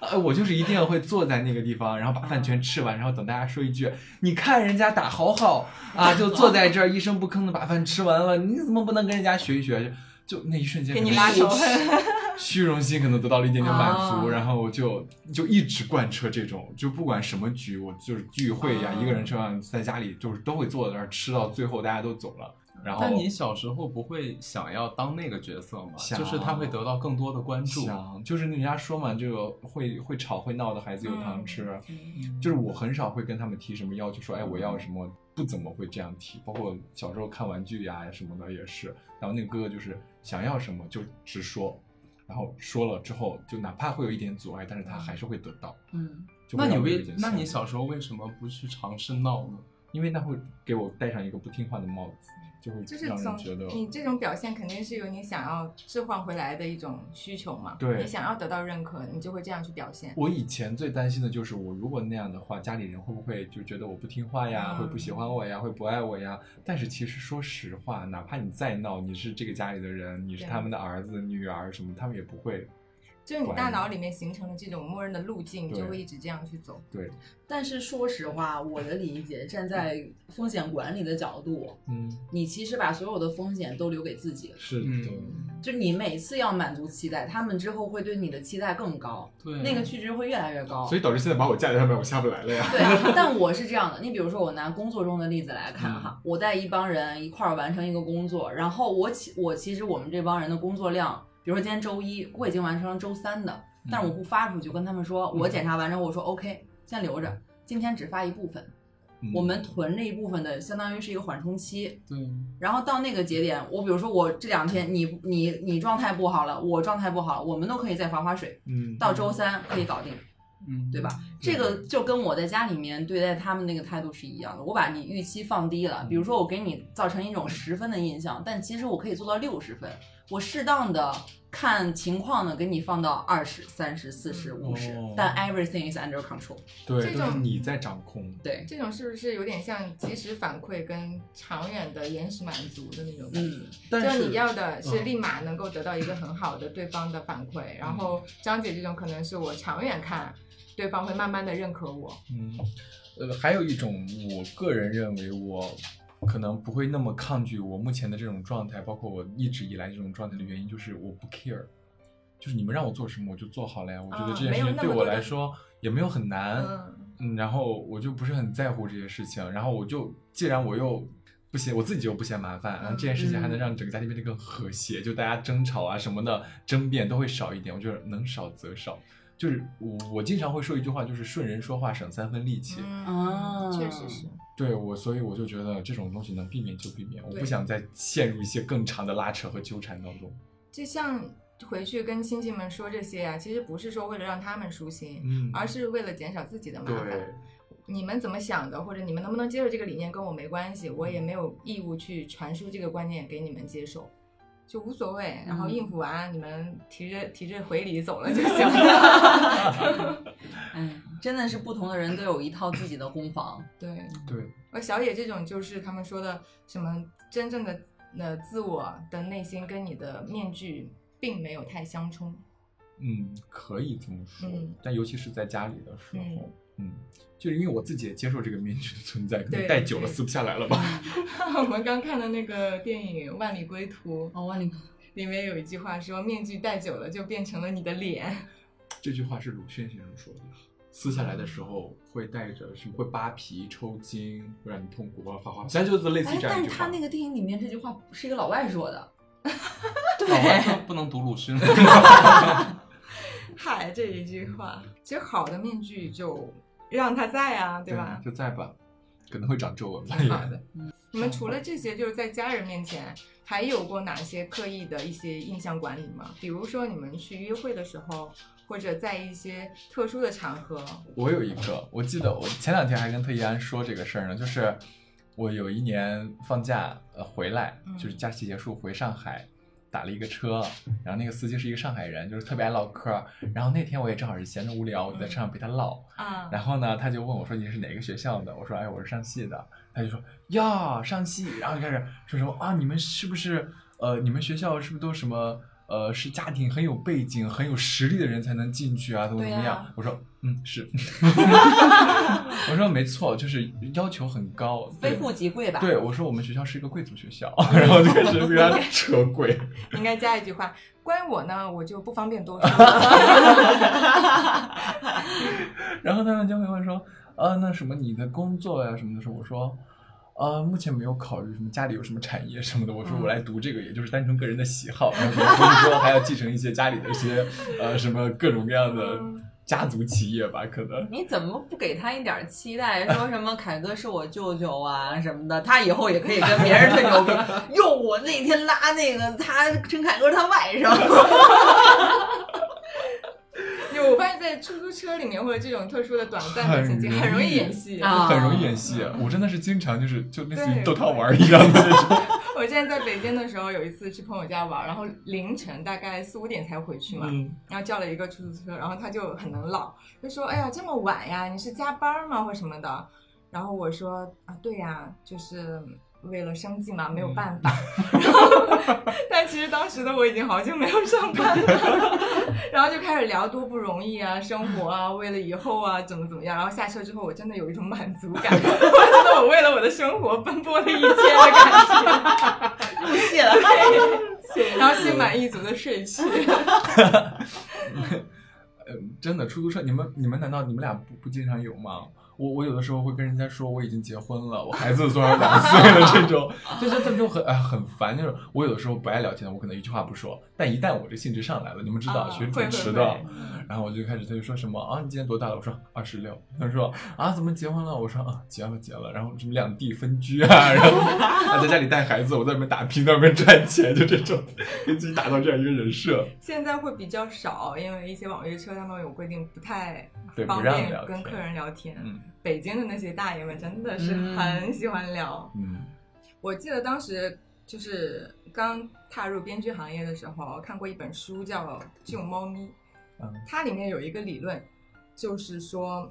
Speaker 1: 呃，我就是一定要会坐在那个地方，然后把饭全吃完，然后等大家说一句：“你看人家打好好啊，就坐在这儿一声不吭的把饭吃完了，你怎么不能跟人家学一学？”就就那一瞬间，
Speaker 2: 给你拉仇恨，
Speaker 1: 虚荣心可能得到了一点点满足，
Speaker 3: 啊
Speaker 1: 然后我就就一直贯彻这种，就不管什么局，我就是聚会呀、
Speaker 2: 啊
Speaker 1: 一个人吃饭，在家里就是都会坐在那儿吃到最后大家都走了，然后
Speaker 4: 但你小时候不会想要当那个角色吗？
Speaker 1: 想啊
Speaker 4: 就是他会得到更多的关注。
Speaker 1: 想啊就是人家说嘛，这个会会吵会闹的孩子有糖吃。就是我很少会跟他们提什么要求，说哎我要什么，不怎么会这样提。包括小时候看玩具呀、什么的也是，然后那个哥哥就是想要什么就直说，然后说了之后就哪怕会有一点阻碍，但是他还是会得到。
Speaker 3: 嗯，
Speaker 1: 就会
Speaker 4: 那你
Speaker 1: 让我有
Speaker 4: 为
Speaker 1: 一点
Speaker 4: 那
Speaker 1: 羡
Speaker 4: 你
Speaker 1: 慕
Speaker 4: 小时候为什么不去尝试闹呢？
Speaker 1: 因为那会给我戴上一个不听话的帽子，就会
Speaker 2: 就是
Speaker 1: 让
Speaker 2: 总
Speaker 1: 人觉得
Speaker 2: 你这种表现肯定是有你想要置换回来的一种需求嘛，
Speaker 1: 对
Speaker 2: 你想要得到认可，你就会这样去表现。
Speaker 1: 我以前最担心的就是，我如果那样的话，家里人会不会就觉得我不听话呀，
Speaker 2: 嗯
Speaker 1: 会不喜欢我呀，会不爱我呀？但是其实说实话，哪怕你再闹，你是这个家里的人，你是
Speaker 2: 对
Speaker 1: 他们的儿子、女儿什么，他们也不会。
Speaker 2: 就是你
Speaker 1: 管
Speaker 2: 大
Speaker 1: 你
Speaker 2: 脑里面形成了这种默认的路径，你就
Speaker 1: 对
Speaker 2: 会一直这样去走。
Speaker 1: 对，
Speaker 3: 但是说实话，我的理解，站在风险管理的角度，
Speaker 1: 嗯，
Speaker 3: 你其实把所有的风险都留给自己了。
Speaker 1: 是的，
Speaker 3: 就你每次要满足期待，他们之后会对你的期待更高，
Speaker 4: 对，
Speaker 3: 那个阈值会越来越高。
Speaker 1: 嗯所以导致现在把我架在上面，我下不来了呀。
Speaker 3: 对啊，但我是这样的，你比如说我拿工作中的例子来看
Speaker 1: 嗯
Speaker 3: 哈，我带一帮人一块儿完成一个工作，然后我其我其实我们这帮人的工作量，比如说今天周一，我已经完成了周三的，
Speaker 1: 嗯
Speaker 3: 但是我不发出去，跟他们说我检查完之后，我说 OK，先留着，今天只发一部分，
Speaker 1: 嗯
Speaker 3: 我们囤这一部分的，相当于是一个缓冲期，
Speaker 4: 对，
Speaker 3: 然后到那个节点，我比如说我这两天你你你状态不好了，我状态不好了，我们都可以再划划水，
Speaker 1: 嗯，
Speaker 3: 到周三可以搞定，
Speaker 4: 嗯，
Speaker 3: 对吧？这个就跟我在家里面对待他们那个态度是一样的，我把你预期放低了，比如说我给你造成一种十分的印象，但其实我可以做到六十分，我适当的看情况呢，给你放到二十、三十、四十、五十
Speaker 1: 哦，
Speaker 3: 但 everything is under control。
Speaker 1: 对，
Speaker 2: 这
Speaker 1: 都是
Speaker 2: 种
Speaker 1: 你在掌控。
Speaker 3: 对，
Speaker 2: 这种是不是有点像及时反馈跟长远的延时满足的那种感觉？
Speaker 3: 嗯
Speaker 1: 但
Speaker 2: 就是你要的是
Speaker 1: 嗯
Speaker 2: 立马能够得到一个很好的对方的反馈，然后张姐这种可能是我长远看，对方会慢慢的认可我。
Speaker 1: 嗯，呃，还有一种，我个人认为我可能不会那么抗拒我目前的这种状态，包括我一直以来这种状态的原因，就是我不 care，就是你们让我做什么我就做好了呀。我觉得
Speaker 2: 啊
Speaker 1: 这件
Speaker 2: 没
Speaker 1: 事
Speaker 2: 有
Speaker 1: 情
Speaker 2: 那
Speaker 1: 对
Speaker 2: 么
Speaker 1: 我
Speaker 2: 多
Speaker 1: 来
Speaker 2: 的
Speaker 1: 说也没有很难，
Speaker 2: 嗯，
Speaker 1: 嗯，然后我就不是很在乎这些事情，然后我就既然我又。不嫌我自己又不嫌麻烦，然后这件事情
Speaker 2: 嗯
Speaker 1: 还能让整个家庭变得更和谐，就大家争吵啊什么的争辩都会少一点。我觉得能少则少，就是我我经常会说一句话，就是顺人说话省三分力气。
Speaker 3: 啊
Speaker 2: 嗯确实是。
Speaker 1: 对我，所以我就觉得这种东西能避免就避免，我不
Speaker 2: 对
Speaker 1: 想再陷入一些更长的拉扯和纠缠当中。
Speaker 2: 就像回去跟亲戚们说这些啊，其实不是说为了让他们舒心，
Speaker 1: 嗯
Speaker 2: 而是为了减少自己的麻
Speaker 1: 对
Speaker 2: 烦。你们怎么想的，或者你们能不能接受这个理念，跟我没关系，我
Speaker 1: 嗯
Speaker 2: 也没有义务去传输这个观念给你们接受，就无所谓。然后应付完，你们提着提着回礼走了就行了。
Speaker 3: 哎，真的是不同的人都有一套自己的攻防。
Speaker 2: 对，
Speaker 1: 对，
Speaker 2: 而小野这种就是他们说的什么真正的呃自我的内心跟你的面具并没有太相冲。
Speaker 1: 嗯，可以这么说，
Speaker 2: 嗯
Speaker 1: 但尤其是在家里的时候
Speaker 2: 嗯，
Speaker 1: 嗯，就是因为我自己也接受这个面具的存在，可能
Speaker 2: 对
Speaker 1: 戴久了
Speaker 2: 对
Speaker 1: 撕不下来了吧。
Speaker 2: 我们刚看的那个电影《万里归途》
Speaker 3: 哦，万里
Speaker 2: 里面有一句话说：“面具戴久了就变成了你的脸。
Speaker 1: 这句话是鲁迅先生说的。撕下来
Speaker 3: 嗯
Speaker 1: 的时候会带着什么？会扒皮、抽筋，会让你痛苦，或者啊发花。现在就是类似
Speaker 3: 哎
Speaker 1: 于，这样
Speaker 3: 但
Speaker 1: 一
Speaker 3: 是
Speaker 1: 句话。
Speaker 3: 他那个电影里面这句话是一个老外说 的，
Speaker 4: 老 外就 不能读鲁迅。
Speaker 2: 嗨，这一句话，其实好的面具就让它在啊，对吧？
Speaker 1: 就在吧，可能会长皱纹吧。也
Speaker 2: 好的。你们除了这些，就是在家人面前，还有过哪些刻意的一些印象管理吗？比如说你们去约会的时候，或者在一些特殊的场合，
Speaker 1: 我有一个，我记得我前两天还跟特一安说这个事儿呢，就是我有一年放假呃回来
Speaker 2: 嗯，
Speaker 1: 就是假期结束回上海，打了一个车，然后那个司机是一个上海人，就是特别爱唠嗑儿。然后那天我也正好是闲着无聊，我就在车上陪他唠。
Speaker 2: 啊，
Speaker 1: 然后呢，他就问我说你是哪个学校的？我说哎，我是上戏的。他就说呀，上戏。然后就开始说什么啊，你们是不是呃，你们学校是不是都什么呃，是家庭很有背景、很有实力的人才能进去啊，怎么怎么
Speaker 2: 对
Speaker 1: 样？
Speaker 2: 啊
Speaker 1: 我说嗯是，我说没错，就是要求很高，对
Speaker 3: 非富即贵吧？
Speaker 1: 对，我说我们学校是一个贵族学校， 然后就开始被他扯鬼。
Speaker 2: 应该加一句话，关于我呢，我就不方便多说。
Speaker 1: 然后他们就会问说，呃，那什么你的工作呀、什么的时候，我说，呃，目前没有考虑什么家里有什么产业什么的。我说
Speaker 3: 嗯
Speaker 1: 我来读这个，也就是单纯个人的喜好，然后可能读了之后还要继承一些家里的一些呃什么各种各样的
Speaker 3: 嗯
Speaker 1: 家族企业吧，可能。
Speaker 3: 你怎么不给他一点期待？说什么凯哥是我舅舅啊什么的，他以后也可以跟别人吹牛逼。哟，我那天拉那个他陈凯歌他外甥，
Speaker 2: 有我发现，在出租车里面或者这种特殊的短暂的情景，很
Speaker 1: 很
Speaker 2: 容
Speaker 1: 容易
Speaker 2: 易演戏
Speaker 3: 啊
Speaker 1: 很容易演戏，我真的是经常就是就类似
Speaker 2: 对
Speaker 1: 于逗他玩儿一样的那种。
Speaker 2: 我之前在北京的时候，有一次去朋友家玩，然后凌晨大概四五点才回去嘛，
Speaker 1: 嗯
Speaker 2: 然后叫了一个出租车，然后他就很能唠，就说：“哎呀，这么晚呀，你是加班吗，或什么的？”然后我说：“啊，对呀，就是为了生计嘛，没有办法。 然后，但其实当时的我已经好久没有上班了， 然后就开始聊多不容易啊，生活啊，为了以后啊，怎么怎么样。然后下车之后，我真的有一种满足感，我 觉得我为了我的生活奔波了一天的感觉。
Speaker 3: 入戏了。
Speaker 2: 然后心满意足的睡去。
Speaker 1: 呃，真的，出租车，你们你们难道你们俩不不经常有吗？我我有的时候会跟人家说我已经结婚了，我孩子多少两岁了这 种，就是他们就很哎很烦，就是我有的时候不爱聊天，我可能一句话不说，但一旦我这兴致上来了，你们知道、
Speaker 2: 啊
Speaker 1: 学主
Speaker 2: 会会
Speaker 1: 持的
Speaker 2: 会，
Speaker 1: 然后我就开始他就说什么啊你今年多大了？我说二十六，他说啊怎么结婚了？我说啊结了结了，然后什么两地分居啊，然后啊在家里带孩子，我在外面打拼，在外面赚钱，就这种给自己打造这样一个人设，
Speaker 2: 现在会比较少，因为一些网约车他们有规定，不太
Speaker 1: 对
Speaker 2: 方
Speaker 1: 不让
Speaker 2: 便
Speaker 1: 聊
Speaker 2: 跟
Speaker 1: 天，
Speaker 2: 客人聊天。
Speaker 1: 嗯
Speaker 2: 北京的那些大爷们真的是
Speaker 3: 嗯
Speaker 2: 很喜欢聊。
Speaker 1: 嗯。
Speaker 2: 我记得当时就是刚踏入编剧行业的时候，看过一本书叫《救猫咪》，
Speaker 1: 嗯
Speaker 2: 它里面有一个理论，就是说，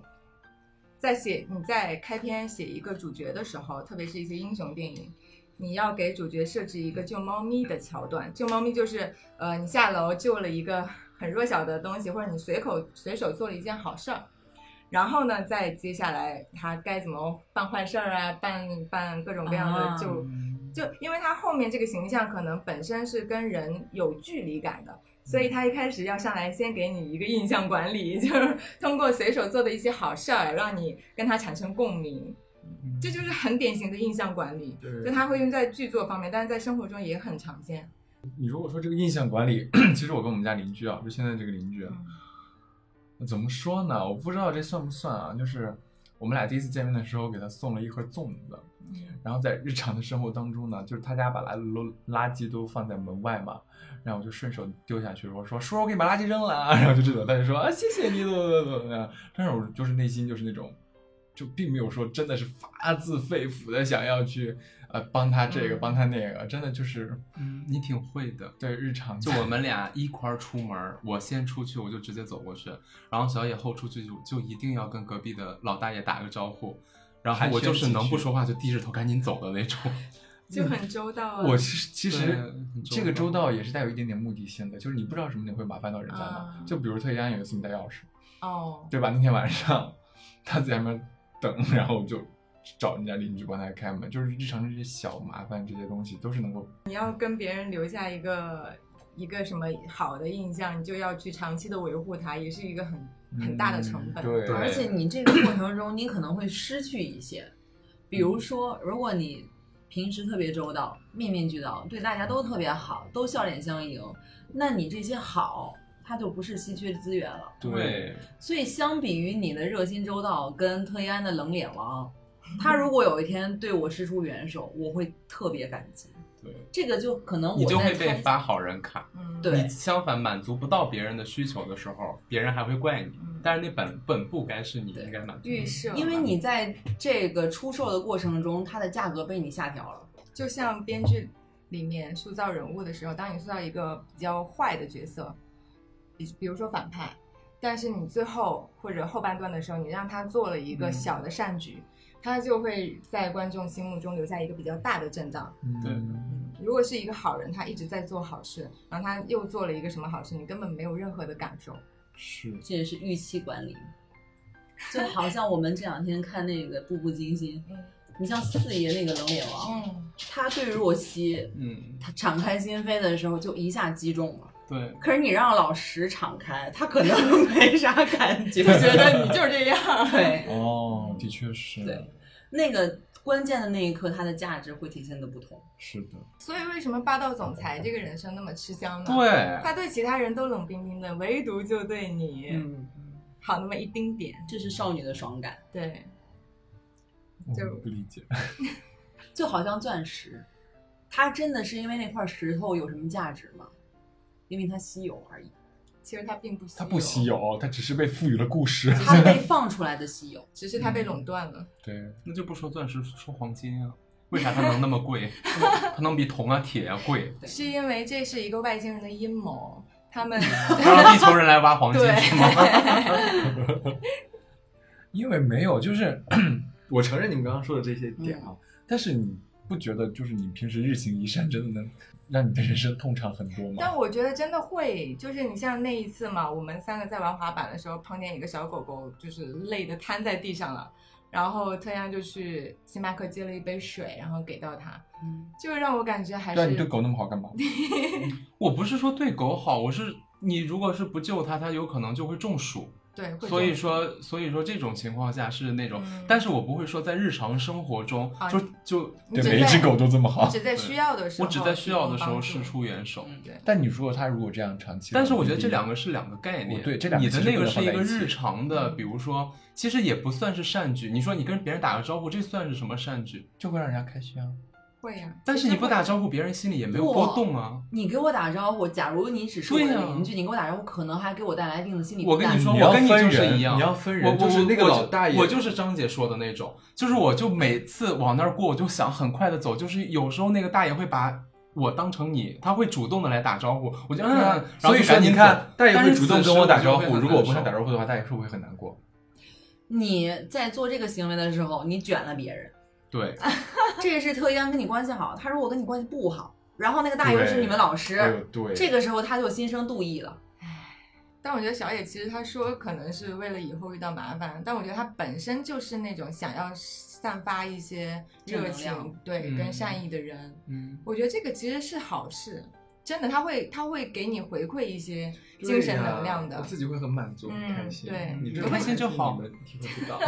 Speaker 2: 在写你在开篇写一个主角的时候，特别是一些英雄电影。你要给主角设置一个救猫咪的桥段，救猫咪就是，呃，你下楼救了一个很弱小的东西，或者你随口随手做了一件好事儿，然后呢，再接下来他该怎么办坏事儿啊，办办各种各样的
Speaker 3: 啊
Speaker 2: 救、就因为他后面这个形象可能本身是跟人有距离感的，所以他一开始要上来先给你一个印象管理， 就是通过随手做的一些好事儿，让你跟他产生共鸣，这就是很典型的印象管理。
Speaker 1: 嗯对
Speaker 2: 就他会用在剧作方面，但是在生活中也很常见。
Speaker 1: 你如果说这个印象管理， 其实我跟我们家邻居啊，就现在这个邻居，
Speaker 4: 嗯
Speaker 1: 怎么说呢？我不知道这算不算啊。就是我们俩第一次见面的时候，我给他送了一盒粽子，
Speaker 4: 嗯
Speaker 1: 然后在日常的生活当中呢，就是他家把垃圾垃圾都放在门外嘛，然后我就顺手丢下去，我说叔叔，我给你把垃圾扔了啊，然 后就这种，他就说啊谢谢你，怎么怎么怎么样，但是我就是内心就是那种，就并没有说真的是发自肺腑的想要去呃帮他这个
Speaker 2: 嗯
Speaker 1: 帮他那个，真的就是
Speaker 4: 嗯，你挺会的。
Speaker 1: 对日常
Speaker 4: 就我们俩一块儿出门儿，我先出去，我就直接走过去，然后小野后出去就就一定要跟隔壁的老大爷打个招呼，然后
Speaker 1: 寒暄
Speaker 4: 我就是
Speaker 1: 几
Speaker 4: 能
Speaker 1: 句
Speaker 4: 不说话就低着头赶紧走的那 种。
Speaker 2: 就很周到啊。
Speaker 1: 我其实其
Speaker 4: 对
Speaker 1: 实
Speaker 4: 很周
Speaker 1: 这个嗯周
Speaker 4: 到
Speaker 1: 到也是带有一点点目的性的，就是你不知道什么你会麻烦到人家嘛。
Speaker 2: 啊
Speaker 1: 就比如特安有一次没带钥匙，
Speaker 2: 哦，
Speaker 1: 对吧？那天晚上他在那边等，然后我就找人家邻居帮他开门，就是日常这些小麻烦这些东西都是能够
Speaker 2: 要跟别人留下一个一个什么好的印象，你就要去长期的维护它，也是一个很很大的成本。
Speaker 1: 嗯对
Speaker 3: 而且你这个过程中，你可能会失去一些，比如
Speaker 4: 嗯
Speaker 3: 说，如果你平时特别周到、面面俱到，对大家都特别好，都笑脸相迎，那你这些好，它就不是稀缺资源了。
Speaker 4: 对，
Speaker 3: 所以，相比于你的热心周到跟特一安的冷脸王，他如果有一天对我伸出援手，我会特别感激。
Speaker 4: 对，
Speaker 3: 这个就可能我
Speaker 4: 你就会
Speaker 3: 在
Speaker 4: 被
Speaker 3: 开
Speaker 4: 发好人卡。
Speaker 2: 嗯，
Speaker 3: 对
Speaker 4: 你相反满足不到别人的需求的时候，别人还会怪你。
Speaker 2: 嗯
Speaker 4: 但是那本本不该是你应该满足的。
Speaker 2: 预设，
Speaker 3: 因为你在这个出售的过程中，它的价格被你下调了。
Speaker 2: 就像编剧里面塑造人物的时候，当你塑造一个比较坏的角色，比比如说反派，但是你最后或者后半段的时候，你让他做了一个
Speaker 4: 嗯
Speaker 2: 小的善举，他就会在观众心目中留下一个比较大的震荡。
Speaker 1: 嗯
Speaker 4: 对
Speaker 2: 如果是一个好人，他一直在做好事，然后他又做了一个什么好事，你根本没有任何的感受。
Speaker 1: 是
Speaker 3: 这也是预期管 理，就好像我们这两天看那个《步步惊心
Speaker 2: 嗯》，
Speaker 3: 你像四爷那个冷脸王，
Speaker 2: 嗯，
Speaker 3: 他对若曦
Speaker 4: 嗯，
Speaker 3: 他敞开心扉的时候就一下击中了。
Speaker 4: 对，
Speaker 3: 可是你让老石敞开，他可能 没啥感觉，
Speaker 2: 就觉得你就是这样。
Speaker 3: 对
Speaker 1: 哦，的确是，
Speaker 3: 对 那个关键的那一刻，它的价值会体现的不同。
Speaker 1: 是的，
Speaker 2: 所以为什么霸道总裁这个人生那么吃香呢？
Speaker 4: 对，
Speaker 2: 他对其他人都冷冰冰的，唯独就对你、
Speaker 3: 嗯，
Speaker 2: 好那么一丁点。
Speaker 3: 这是少女的爽感，
Speaker 2: 对，
Speaker 1: 我
Speaker 2: 就
Speaker 1: 不理解，
Speaker 3: 就好像钻石，它真的是因为那块石头有什么价值吗？因为它稀有而已，
Speaker 2: 其实他并不稀
Speaker 1: 它不稀，有，它只是被赋予了故事。
Speaker 3: 它被放出来的稀有。
Speaker 2: 只是他被垄断
Speaker 1: 嗯
Speaker 2: 了。
Speaker 1: 对，
Speaker 4: 那就不说钻石，说黄金啊。为啥它能那么贵？它能比铜啊、铁啊贵？
Speaker 3: 对
Speaker 2: 是因为这是一个外星人的阴谋，他
Speaker 1: 嗯
Speaker 2: 们
Speaker 4: 他让地球人来挖黄金
Speaker 2: 对
Speaker 4: 是吗？
Speaker 1: 因为没有，就是我承认你们刚刚说的这些点啊，但是你不觉得就是你平时日行一善，真的能让你的人生通畅很多
Speaker 2: 但
Speaker 1: 吗？
Speaker 2: 我觉得真的会，就是你像那一次嘛，我们三个在玩滑板的时候碰见一个小狗狗，就是累得瘫在地上了，然后特样就去星巴克接了一杯水，然后给到它，
Speaker 3: 嗯，
Speaker 2: 就让我感觉还
Speaker 1: 对啊，
Speaker 2: 是
Speaker 1: 你对狗那么好干嘛？
Speaker 4: 我不是说对狗好，我是你如果是不救它，它有可能就会中暑。
Speaker 2: 对，会
Speaker 4: 所以
Speaker 2: 中
Speaker 4: 说，所以说这种情况下是那种，
Speaker 2: 嗯
Speaker 4: 但是我不会说在日常生活中
Speaker 2: 啊
Speaker 4: 就就
Speaker 1: 对，
Speaker 2: 你只
Speaker 1: 每一只
Speaker 2: 在
Speaker 1: 狗都这么好
Speaker 2: 只。在需要的时
Speaker 4: 我
Speaker 2: 候，
Speaker 4: 只在需要的时候
Speaker 2: 提供
Speaker 4: 伸
Speaker 2: 帮助
Speaker 4: 出援手。
Speaker 3: 嗯
Speaker 2: 对，
Speaker 1: 但你说它如果这样长期，
Speaker 4: 但是我觉得这两个是两个概念，
Speaker 1: 我对这两个
Speaker 4: 你的
Speaker 1: 其实
Speaker 4: 那个
Speaker 1: 不能
Speaker 4: 是
Speaker 1: 放
Speaker 4: 一
Speaker 1: 在
Speaker 4: 个
Speaker 1: 一起
Speaker 4: 日常的，
Speaker 2: 嗯
Speaker 4: 比如说，其实也不算是善举。你说你跟别人打个招呼，这算是什么善举？
Speaker 1: 就会让人家开心啊。
Speaker 2: 会呀、
Speaker 4: 但是
Speaker 2: 其
Speaker 4: 你
Speaker 2: 实
Speaker 4: 不
Speaker 2: 会
Speaker 4: 打招呼，别人心里也没有
Speaker 3: 不
Speaker 4: 波动啊。
Speaker 3: 你给我打招呼，假如你只是我
Speaker 4: 对呀
Speaker 3: 的邻居，你给我打招呼，可能还给我带来一定的心理
Speaker 4: 我跟
Speaker 3: 负担
Speaker 4: 你说，
Speaker 1: 你要
Speaker 4: 我跟你
Speaker 1: 分
Speaker 4: 就是
Speaker 1: 人
Speaker 4: 一样，
Speaker 1: 你要分人
Speaker 4: 我我
Speaker 1: 就是
Speaker 4: 我
Speaker 1: 那个
Speaker 4: 我
Speaker 1: 老
Speaker 4: 就
Speaker 1: 大爷
Speaker 4: 我就是张姐说的那种，就是我就每次往那儿过，我就想很快的走，就是有时候那个大爷会把。我当成你，他会主动的来打招呼，我就嗯，然后
Speaker 1: 啊所以
Speaker 4: 就
Speaker 1: 说
Speaker 4: 赶紧
Speaker 1: 你
Speaker 4: 走
Speaker 1: 看，大爷会主动跟我打招
Speaker 4: 但是
Speaker 1: 呼，
Speaker 4: 此时
Speaker 1: 如果我不跟他打
Speaker 4: 呼，
Speaker 1: 招呼的话，大爷是不是会很难过？
Speaker 3: 你在做这个行为的时候，你卷了别人，
Speaker 4: 对，
Speaker 3: 这也是特一安跟你关系好。他如果跟你关系不好，然后那个大爷又是
Speaker 1: 对
Speaker 3: 你们老
Speaker 1: 哎呦
Speaker 3: 师，，
Speaker 1: 对，
Speaker 3: 这个时候他就心生妒意了。
Speaker 2: 但我觉得小野其实他说可能是为了以后遇到麻烦，但我觉得他本身就是那种想要散发一些热
Speaker 3: 正能
Speaker 2: 情，
Speaker 3: 量
Speaker 2: 对，
Speaker 4: 嗯
Speaker 2: 跟善意的人。
Speaker 4: 嗯，
Speaker 2: 我觉得这个其实是好事，真的，他会他会给你回馈一些
Speaker 5: 对
Speaker 2: 精神
Speaker 5: 呀
Speaker 2: 能量的
Speaker 5: 我。自己会很满足、
Speaker 2: 嗯
Speaker 5: 很开心。
Speaker 2: 对
Speaker 5: 你这
Speaker 4: 有
Speaker 5: 种
Speaker 4: 开心就好
Speaker 5: 你们体会不到。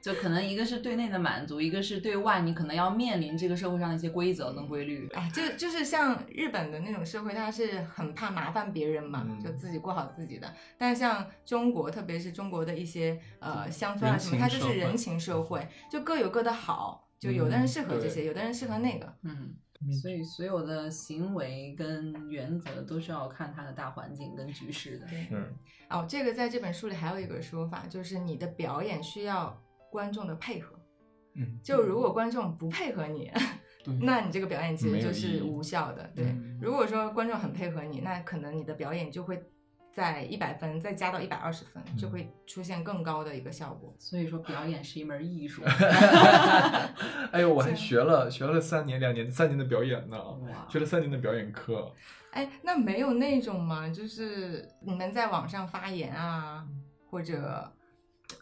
Speaker 3: 就可能一个是对内的满足，一个是对外，你可能要面临这个社会上的一些规则跟规律。
Speaker 2: 哎，就就是像日本的那种社会，他是很怕麻烦别人嘛，
Speaker 1: 嗯
Speaker 2: 就自己过好自己的。但是像中国，特别是中国的一些呃乡村啊什么，
Speaker 4: 人情
Speaker 2: 它就是
Speaker 4: 社会
Speaker 2: 人情社会，就各有各的好，就有的人适合这些，有的人适合那个。
Speaker 3: 嗯，所以所有的行为跟原则都是要看它的大环境跟局势的。
Speaker 2: 对，
Speaker 1: 是
Speaker 2: 哦，这个在这本书里还有一个说法，就是你的表演需要观众的配合。
Speaker 4: 嗯，
Speaker 2: 就如果观众不配合你，
Speaker 4: 对
Speaker 2: 那你这个表演其实
Speaker 1: 嗯没有
Speaker 2: 就
Speaker 1: 意义
Speaker 2: 是无效的。对，
Speaker 4: 嗯
Speaker 2: 如果说观众很配合你，那可能你的表演就会在一百分再加到一百二十分，就
Speaker 1: 嗯
Speaker 2: 会出现更高的一个效果。
Speaker 3: 所以说，表演是一门 艺术。
Speaker 1: 哎呦，我
Speaker 2: 这
Speaker 1: 还
Speaker 2: 样
Speaker 1: 学了学了三年、两年、三年的表演呢，
Speaker 3: 哇
Speaker 1: 学了三年的表演课。
Speaker 2: 哎，那没有那种吗？就是你们在网上发言啊，或者
Speaker 1: 嗯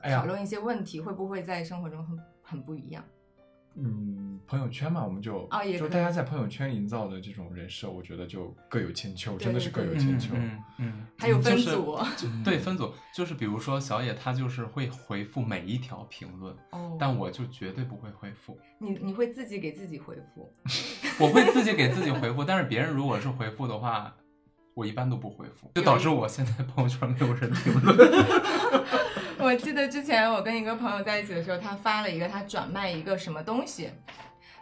Speaker 1: 哎呀
Speaker 2: 讨论一些问题，会不会在生活中很很不一样？
Speaker 1: 嗯，朋友圈嘛，我们就、
Speaker 2: 哦也
Speaker 1: 就
Speaker 2: 可
Speaker 1: 大
Speaker 2: 以
Speaker 1: 家在朋友圈营造的这种人设，我觉得就各有千秋，
Speaker 2: 对
Speaker 1: 真的是各
Speaker 2: 对
Speaker 1: 有
Speaker 2: 对
Speaker 1: 千
Speaker 4: 嗯
Speaker 1: 秋。
Speaker 4: 嗯嗯，
Speaker 2: 还有分
Speaker 4: 就是
Speaker 2: 组
Speaker 4: 就对分组，就是比如说小野他就是会回复每一条评论，
Speaker 2: 哦，
Speaker 4: 但我就绝对不会回复，
Speaker 2: 你你会自己给自己回复，
Speaker 4: 我会自己给自己回复，但是别人如果是回复的话，我一般都不回复，就导致我现在朋友圈没有人评 论。
Speaker 2: 我记得之前我跟一个朋友在一起的时候，他发了一个他转卖一个什么东西，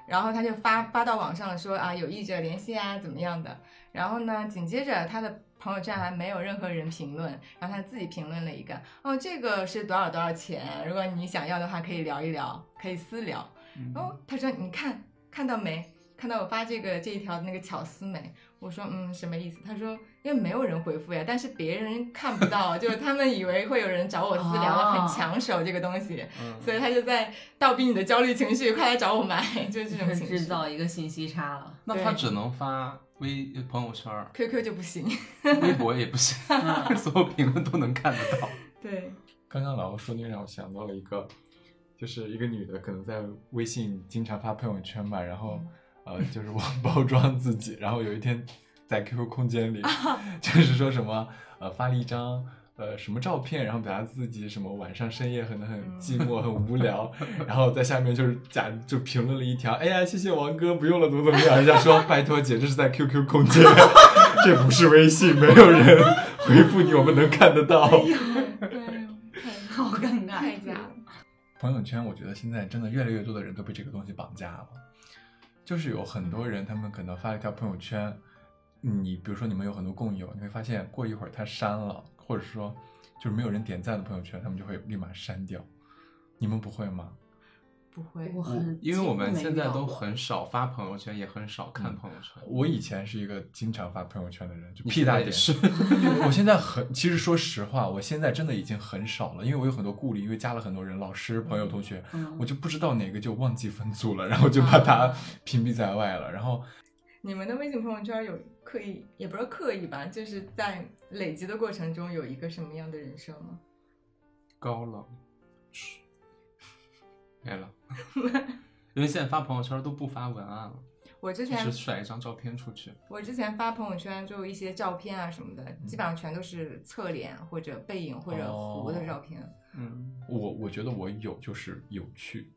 Speaker 2: 然后他就发发到网上说啊有意者联系啊怎么样的，然后呢紧接着他的朋友圈还没有任何人评论，然后他自己评论了一个哦这个是多少多少钱，如果你想要的话可以聊一聊，可以私聊。
Speaker 4: 嗯
Speaker 2: 然后哦他说你看看到没？看到我发这个这一条那个巧思没？我说嗯什么意思？他说因为没有人回复呀，但是别人看不到，就是他们以为会有人找我私聊，
Speaker 3: 啊
Speaker 2: 很抢手这个东西。
Speaker 4: 嗯
Speaker 2: 所以他就在倒逼你的焦虑情绪，快来找我买，就是 这种情
Speaker 3: 制
Speaker 2: 绪。，
Speaker 3: 造一个信息差了。
Speaker 4: 那他只能发微呃朋友圈儿
Speaker 2: QQ 就不行，
Speaker 4: 微博也不行， 所有评论都能看得到。
Speaker 2: 对，
Speaker 1: 刚刚老欧说那个让我想到了一个，就是一个女的可能在微信经常发朋友圈嘛，然后呃就是我 包装自己，然后有一天在 QQ 空间里就是说什么呃发了一张。呃，什么照片，然后表达自己什么晚上深夜很很
Speaker 2: 嗯
Speaker 1: 寂寞、很无聊，然后在下面就是假就评论了一条，哎呀，谢谢王哥，不用了，怎么怎么样？人家说拜托姐，这是在 QQ 空间， 这不是微信，没有人 回复你，我们能看得到。
Speaker 2: 对，
Speaker 3: 好 尴
Speaker 2: 太假了。
Speaker 1: 朋友圈，我觉得现在真的越来越多的人都被这个东西绑架了。就是有很多人，他们可能发了一条朋友圈，你比如说你们有很多共友，你会发现过一会儿他删了，或者说就是没有人点赞的朋友圈，他们就会立马删掉。你们不会吗？
Speaker 2: 不会，
Speaker 3: 我
Speaker 1: 嗯
Speaker 3: 很
Speaker 4: 因为我们现在都
Speaker 3: 几乎没遇到过
Speaker 4: 很少发朋友圈，也很少看朋友圈。
Speaker 1: 我以前是一个经常发朋友圈的人，就
Speaker 4: 你
Speaker 1: 屁大
Speaker 4: 现在也
Speaker 1: 点
Speaker 4: 是
Speaker 1: 我现在很，其实说实话，我现在真的已经很少了，因为我有很多顾虑，因为加了很多人，老师、朋友、同学，
Speaker 3: 嗯
Speaker 1: 我就不知道哪个就忘记分组了，然后就把它
Speaker 2: 啊
Speaker 1: 屏蔽在外了。然后
Speaker 2: 你们的微信朋友圈有刻意，也不是刻意吧，就是在累积的过程中有一个什么样的人设吗？
Speaker 4: 高冷，没了。因为现在发朋友圈都不发文案了，
Speaker 2: 我之
Speaker 4: 就
Speaker 2: 前
Speaker 4: 是甩一张照片出去。
Speaker 2: 我之前发朋友圈就有一些照片啊什么的，
Speaker 1: 嗯
Speaker 2: 基本上全都是侧脸或者背影或者
Speaker 1: 哦
Speaker 2: 糊的照片。
Speaker 4: 嗯，
Speaker 1: 我我觉得我有就是有趣，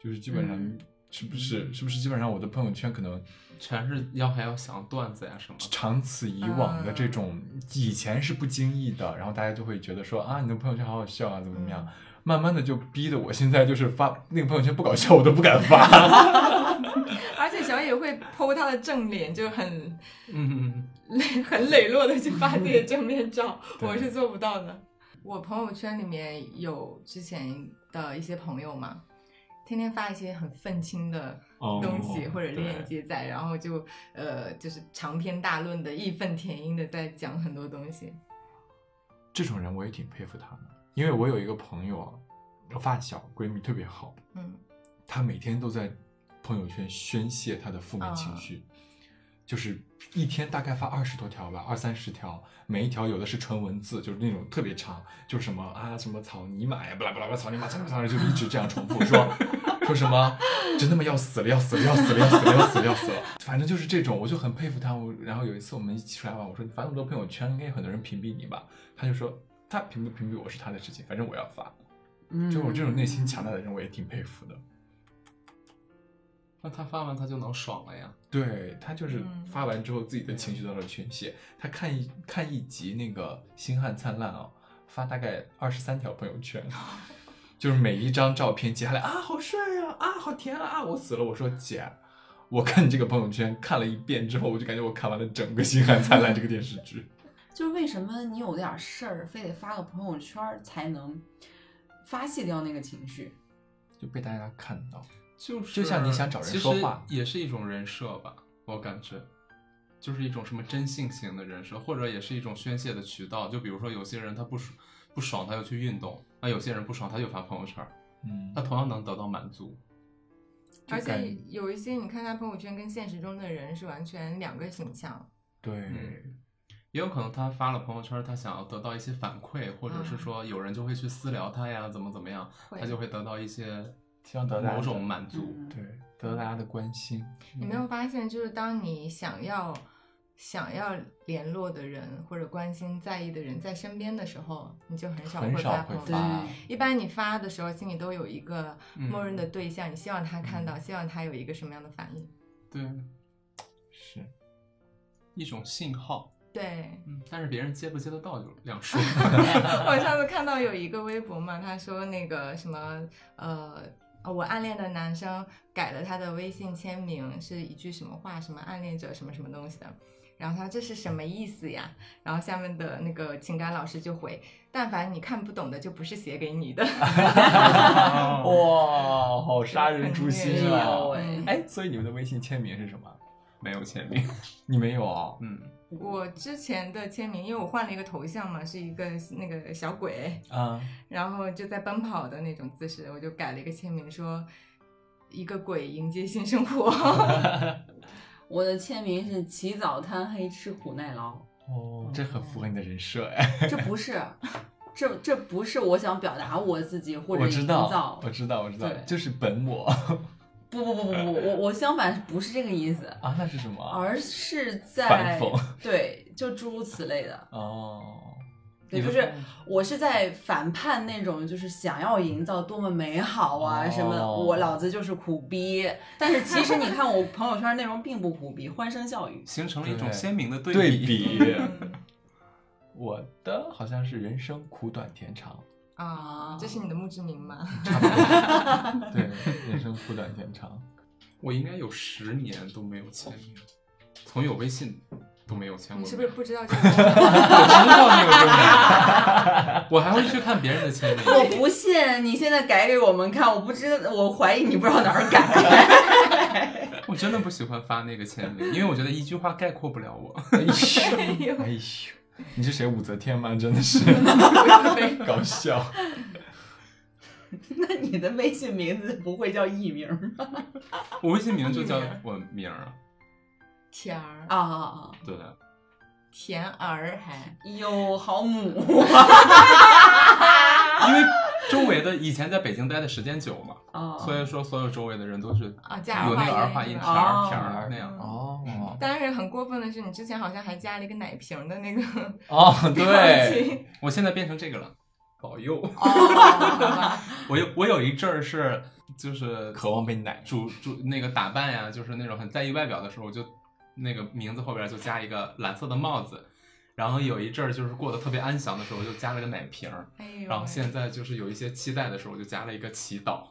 Speaker 1: 就是基本上、
Speaker 3: 嗯
Speaker 1: 是不是是不是基本上我的朋友圈可能
Speaker 4: 全是要还要想段子呀什么的。
Speaker 1: 长此以往的这
Speaker 2: 嗯
Speaker 1: 种、以前是不经意的，然后大家就会觉得说啊你的朋友圈好好笑啊怎么怎么
Speaker 2: 嗯
Speaker 1: 样，慢慢的就逼得我现在就是发那个朋友圈不搞笑我都不敢 发。
Speaker 2: 而且小野会剖他的正脸，就很
Speaker 4: 嗯嗯
Speaker 2: 磊很磊落的去发自己的正面照，
Speaker 1: 对
Speaker 2: 我是做不到的。我朋友圈里面有之前的一些朋友嘛，天天发一些很愤青的东西
Speaker 1: 哦
Speaker 2: 或者链接在，然后就呃就是长篇大论的义愤填膺的在讲很多东西。
Speaker 1: 这种人我也挺佩服他的，因为我有一个朋友啊，发小闺蜜特别好，
Speaker 2: 嗯，
Speaker 1: 她每天都在朋友圈宣泄她的负面情绪，就是一天大概发二十多条吧，二三十条，每一条有的是纯文字，就是那种特别长，就是什么啊什么草泥马呀，巴拉巴拉巴拉草泥马，草泥马，草泥马，就一直这样重复说说什么，真他妈要死了，要死了，要死了，要死了，要死了，要死了，反正就是这种，我就很佩服她。我然后有一次我们一起出来玩，我说你发那么多朋友圈，应该有很多人屏蔽你吧？她就说她屏不屏蔽我是她的事情，反正我要发。
Speaker 3: 嗯
Speaker 1: 就我这种内心强大的人，我也挺佩服的。
Speaker 4: 嗯，那他发完他就能爽了呀。
Speaker 1: 对他就是
Speaker 2: 嗯
Speaker 1: 发完之后自己的情绪得到了宣泄。他看一看一集那个《星汉灿烂》啊，发大概二十三条朋友 圈，就是每一张照片截下来啊，好帅啊，啊，好甜啊，啊我死了！我说姐，我看你这个朋友圈看了一遍之后，我就感觉我看完了整个《星汉灿烂》这个电视剧。
Speaker 3: 就是为什么你有点事儿，非得发个朋友圈儿才能发泄掉那个情绪？
Speaker 1: 就被大家看到，
Speaker 4: 就是
Speaker 1: 就像你想找人说话
Speaker 4: 其实也是一种人设吧，我感觉，就是一种什么真性情的人设，或者也是一种宣泄的渠道。就比如说有些人他不爽不爽，他就去运动；那有些人不爽，他就发朋友圈，
Speaker 1: 嗯
Speaker 4: 他同样能得到满足。
Speaker 1: 就
Speaker 2: 而
Speaker 1: 感
Speaker 2: 且有一些你看他朋友圈跟现实中的人是完全两个形象。
Speaker 1: 对，
Speaker 4: 嗯也有可能他发了朋友圈，他想要得到一些反馈，或者是说有人就会去私聊他呀，怎么怎么样，
Speaker 2: 会
Speaker 4: 他就会得到一些
Speaker 1: 希望得到
Speaker 4: 某种满足。
Speaker 3: 嗯
Speaker 1: 对得到大家的关心。
Speaker 2: 你没有发现，就是当你想要想要联络的人或者关心在意的人在身边的时候，你就很少
Speaker 1: 很
Speaker 2: 会发
Speaker 1: 少会
Speaker 2: 朋友
Speaker 1: 对
Speaker 2: 圈。
Speaker 1: 发
Speaker 2: 一般你发的时候，心里都有一个
Speaker 4: 嗯
Speaker 2: 默认的对象，你希望他看到，
Speaker 1: 嗯
Speaker 2: 希望他有一个什么样的反应。
Speaker 4: 对
Speaker 1: 是，
Speaker 4: 一种信号。
Speaker 2: 对
Speaker 4: 嗯，但是别人接不接得到就两 说。
Speaker 2: 我上次看到有一个微博嘛，他说那个什么呃，呃我暗恋的男生改了他的微信签名，是一句什么话，什么暗恋者什么什么东西的。然后他说这是什么意思呀？然后下面的那个情感老师就回：但凡你看不懂的，就不是写给你 的。
Speaker 1: 哇，好杀人诛心
Speaker 3: 哎呦
Speaker 1: 啊！
Speaker 3: 喂，
Speaker 1: 哎，所以你们的微信签名是什么？
Speaker 4: 没有签名，
Speaker 1: 你没有啊？
Speaker 4: 嗯，
Speaker 2: 我之前的签名，因为我换了一个头像嘛，是一个那个小鬼，
Speaker 1: 啊，
Speaker 2: 然后就在奔跑的那种姿势，我就改了一个签名说。一个鬼迎接新生活，
Speaker 3: 我的签名是起早贪黑吃苦耐劳，
Speaker 1: 哦，这很符合你的人设哎。
Speaker 3: 这不是，这这不是我想表达我自己或者
Speaker 1: 我知
Speaker 3: 营
Speaker 1: 道
Speaker 3: 造，
Speaker 1: 我，知道，我知道
Speaker 3: 对，
Speaker 1: 就是本我
Speaker 3: 不不不不不，我我相反不是这个意思，
Speaker 1: 啊，那是什么啊？
Speaker 3: 而是
Speaker 1: 反
Speaker 3: 在
Speaker 1: 讽
Speaker 3: 对，就诸如此类的，
Speaker 1: 哦，
Speaker 3: 对，
Speaker 1: 你的
Speaker 3: 就是我是在反叛那种就是想要营造多么美好啊、
Speaker 1: 哦
Speaker 3: 什么，我老子就是苦逼，但是其实你看我朋友圈内容并不苦逼，欢声笑语。
Speaker 4: 形成了一种
Speaker 1: 对
Speaker 4: 鲜明的对
Speaker 1: 对
Speaker 4: 比。
Speaker 1: 比，
Speaker 2: 嗯
Speaker 1: 我的好像是人生苦短甜长，
Speaker 2: 啊，这是你的墓志铭吗？
Speaker 1: 差不 多。对，人生苦短甜长。
Speaker 4: 我应该有十年都没有签名，从有微信都没有签过。
Speaker 2: 你是不是不知道这个？
Speaker 4: 我
Speaker 3: 哎
Speaker 4: 知道
Speaker 1: 哎
Speaker 4: 你有这个，哎我还会去看别人的签名。
Speaker 3: 我不信你现在改给我们看，我不知道，我怀疑你不知道哪儿改。
Speaker 4: 我真的不喜欢发那个签名，因为我觉得一句话概括不了我。
Speaker 1: 哎呦，哎呦，你是谁？武则天吗？真的 是搞笑。
Speaker 3: 那你的微信名字不会叫艺名吗
Speaker 4: 我微信名就叫我名儿，啊
Speaker 2: 甜儿
Speaker 3: 啊啊啊！
Speaker 4: 对，
Speaker 2: 甜儿还
Speaker 3: 哟，好母，
Speaker 4: 因为周围的以前在北京待的时间久嘛，
Speaker 3: 啊
Speaker 4: 所 以说所有周围的人都是
Speaker 2: 哦啊加
Speaker 4: 有那个儿化
Speaker 2: 化
Speaker 4: 音
Speaker 2: 音
Speaker 4: 甜
Speaker 2: 是
Speaker 3: 吧
Speaker 2: 吧。
Speaker 4: 儿
Speaker 3: 哦
Speaker 4: 甜儿那样。
Speaker 1: 哦
Speaker 2: 但是很过分的是，你之前好像还加了一个奶瓶的那个
Speaker 1: 哦，
Speaker 2: 表
Speaker 1: 对，
Speaker 2: 情，
Speaker 4: 我现在变成这个了，保佑！
Speaker 2: 哦，好
Speaker 3: 哦
Speaker 2: 吧，
Speaker 4: 我有我有一阵儿是就是
Speaker 1: 渴
Speaker 2: 嗯
Speaker 1: 望被奶住。
Speaker 4: 主主那个打扮呀，就是那种很在意外表的时候，我就那个名字后边就加一个蓝色的帽子。然后有一阵儿就是过得特别安详的时候，我就加了个奶瓶儿。
Speaker 2: 哎呦，
Speaker 4: 然后现在就是有一些期待的时候，我就加了一个祈祷，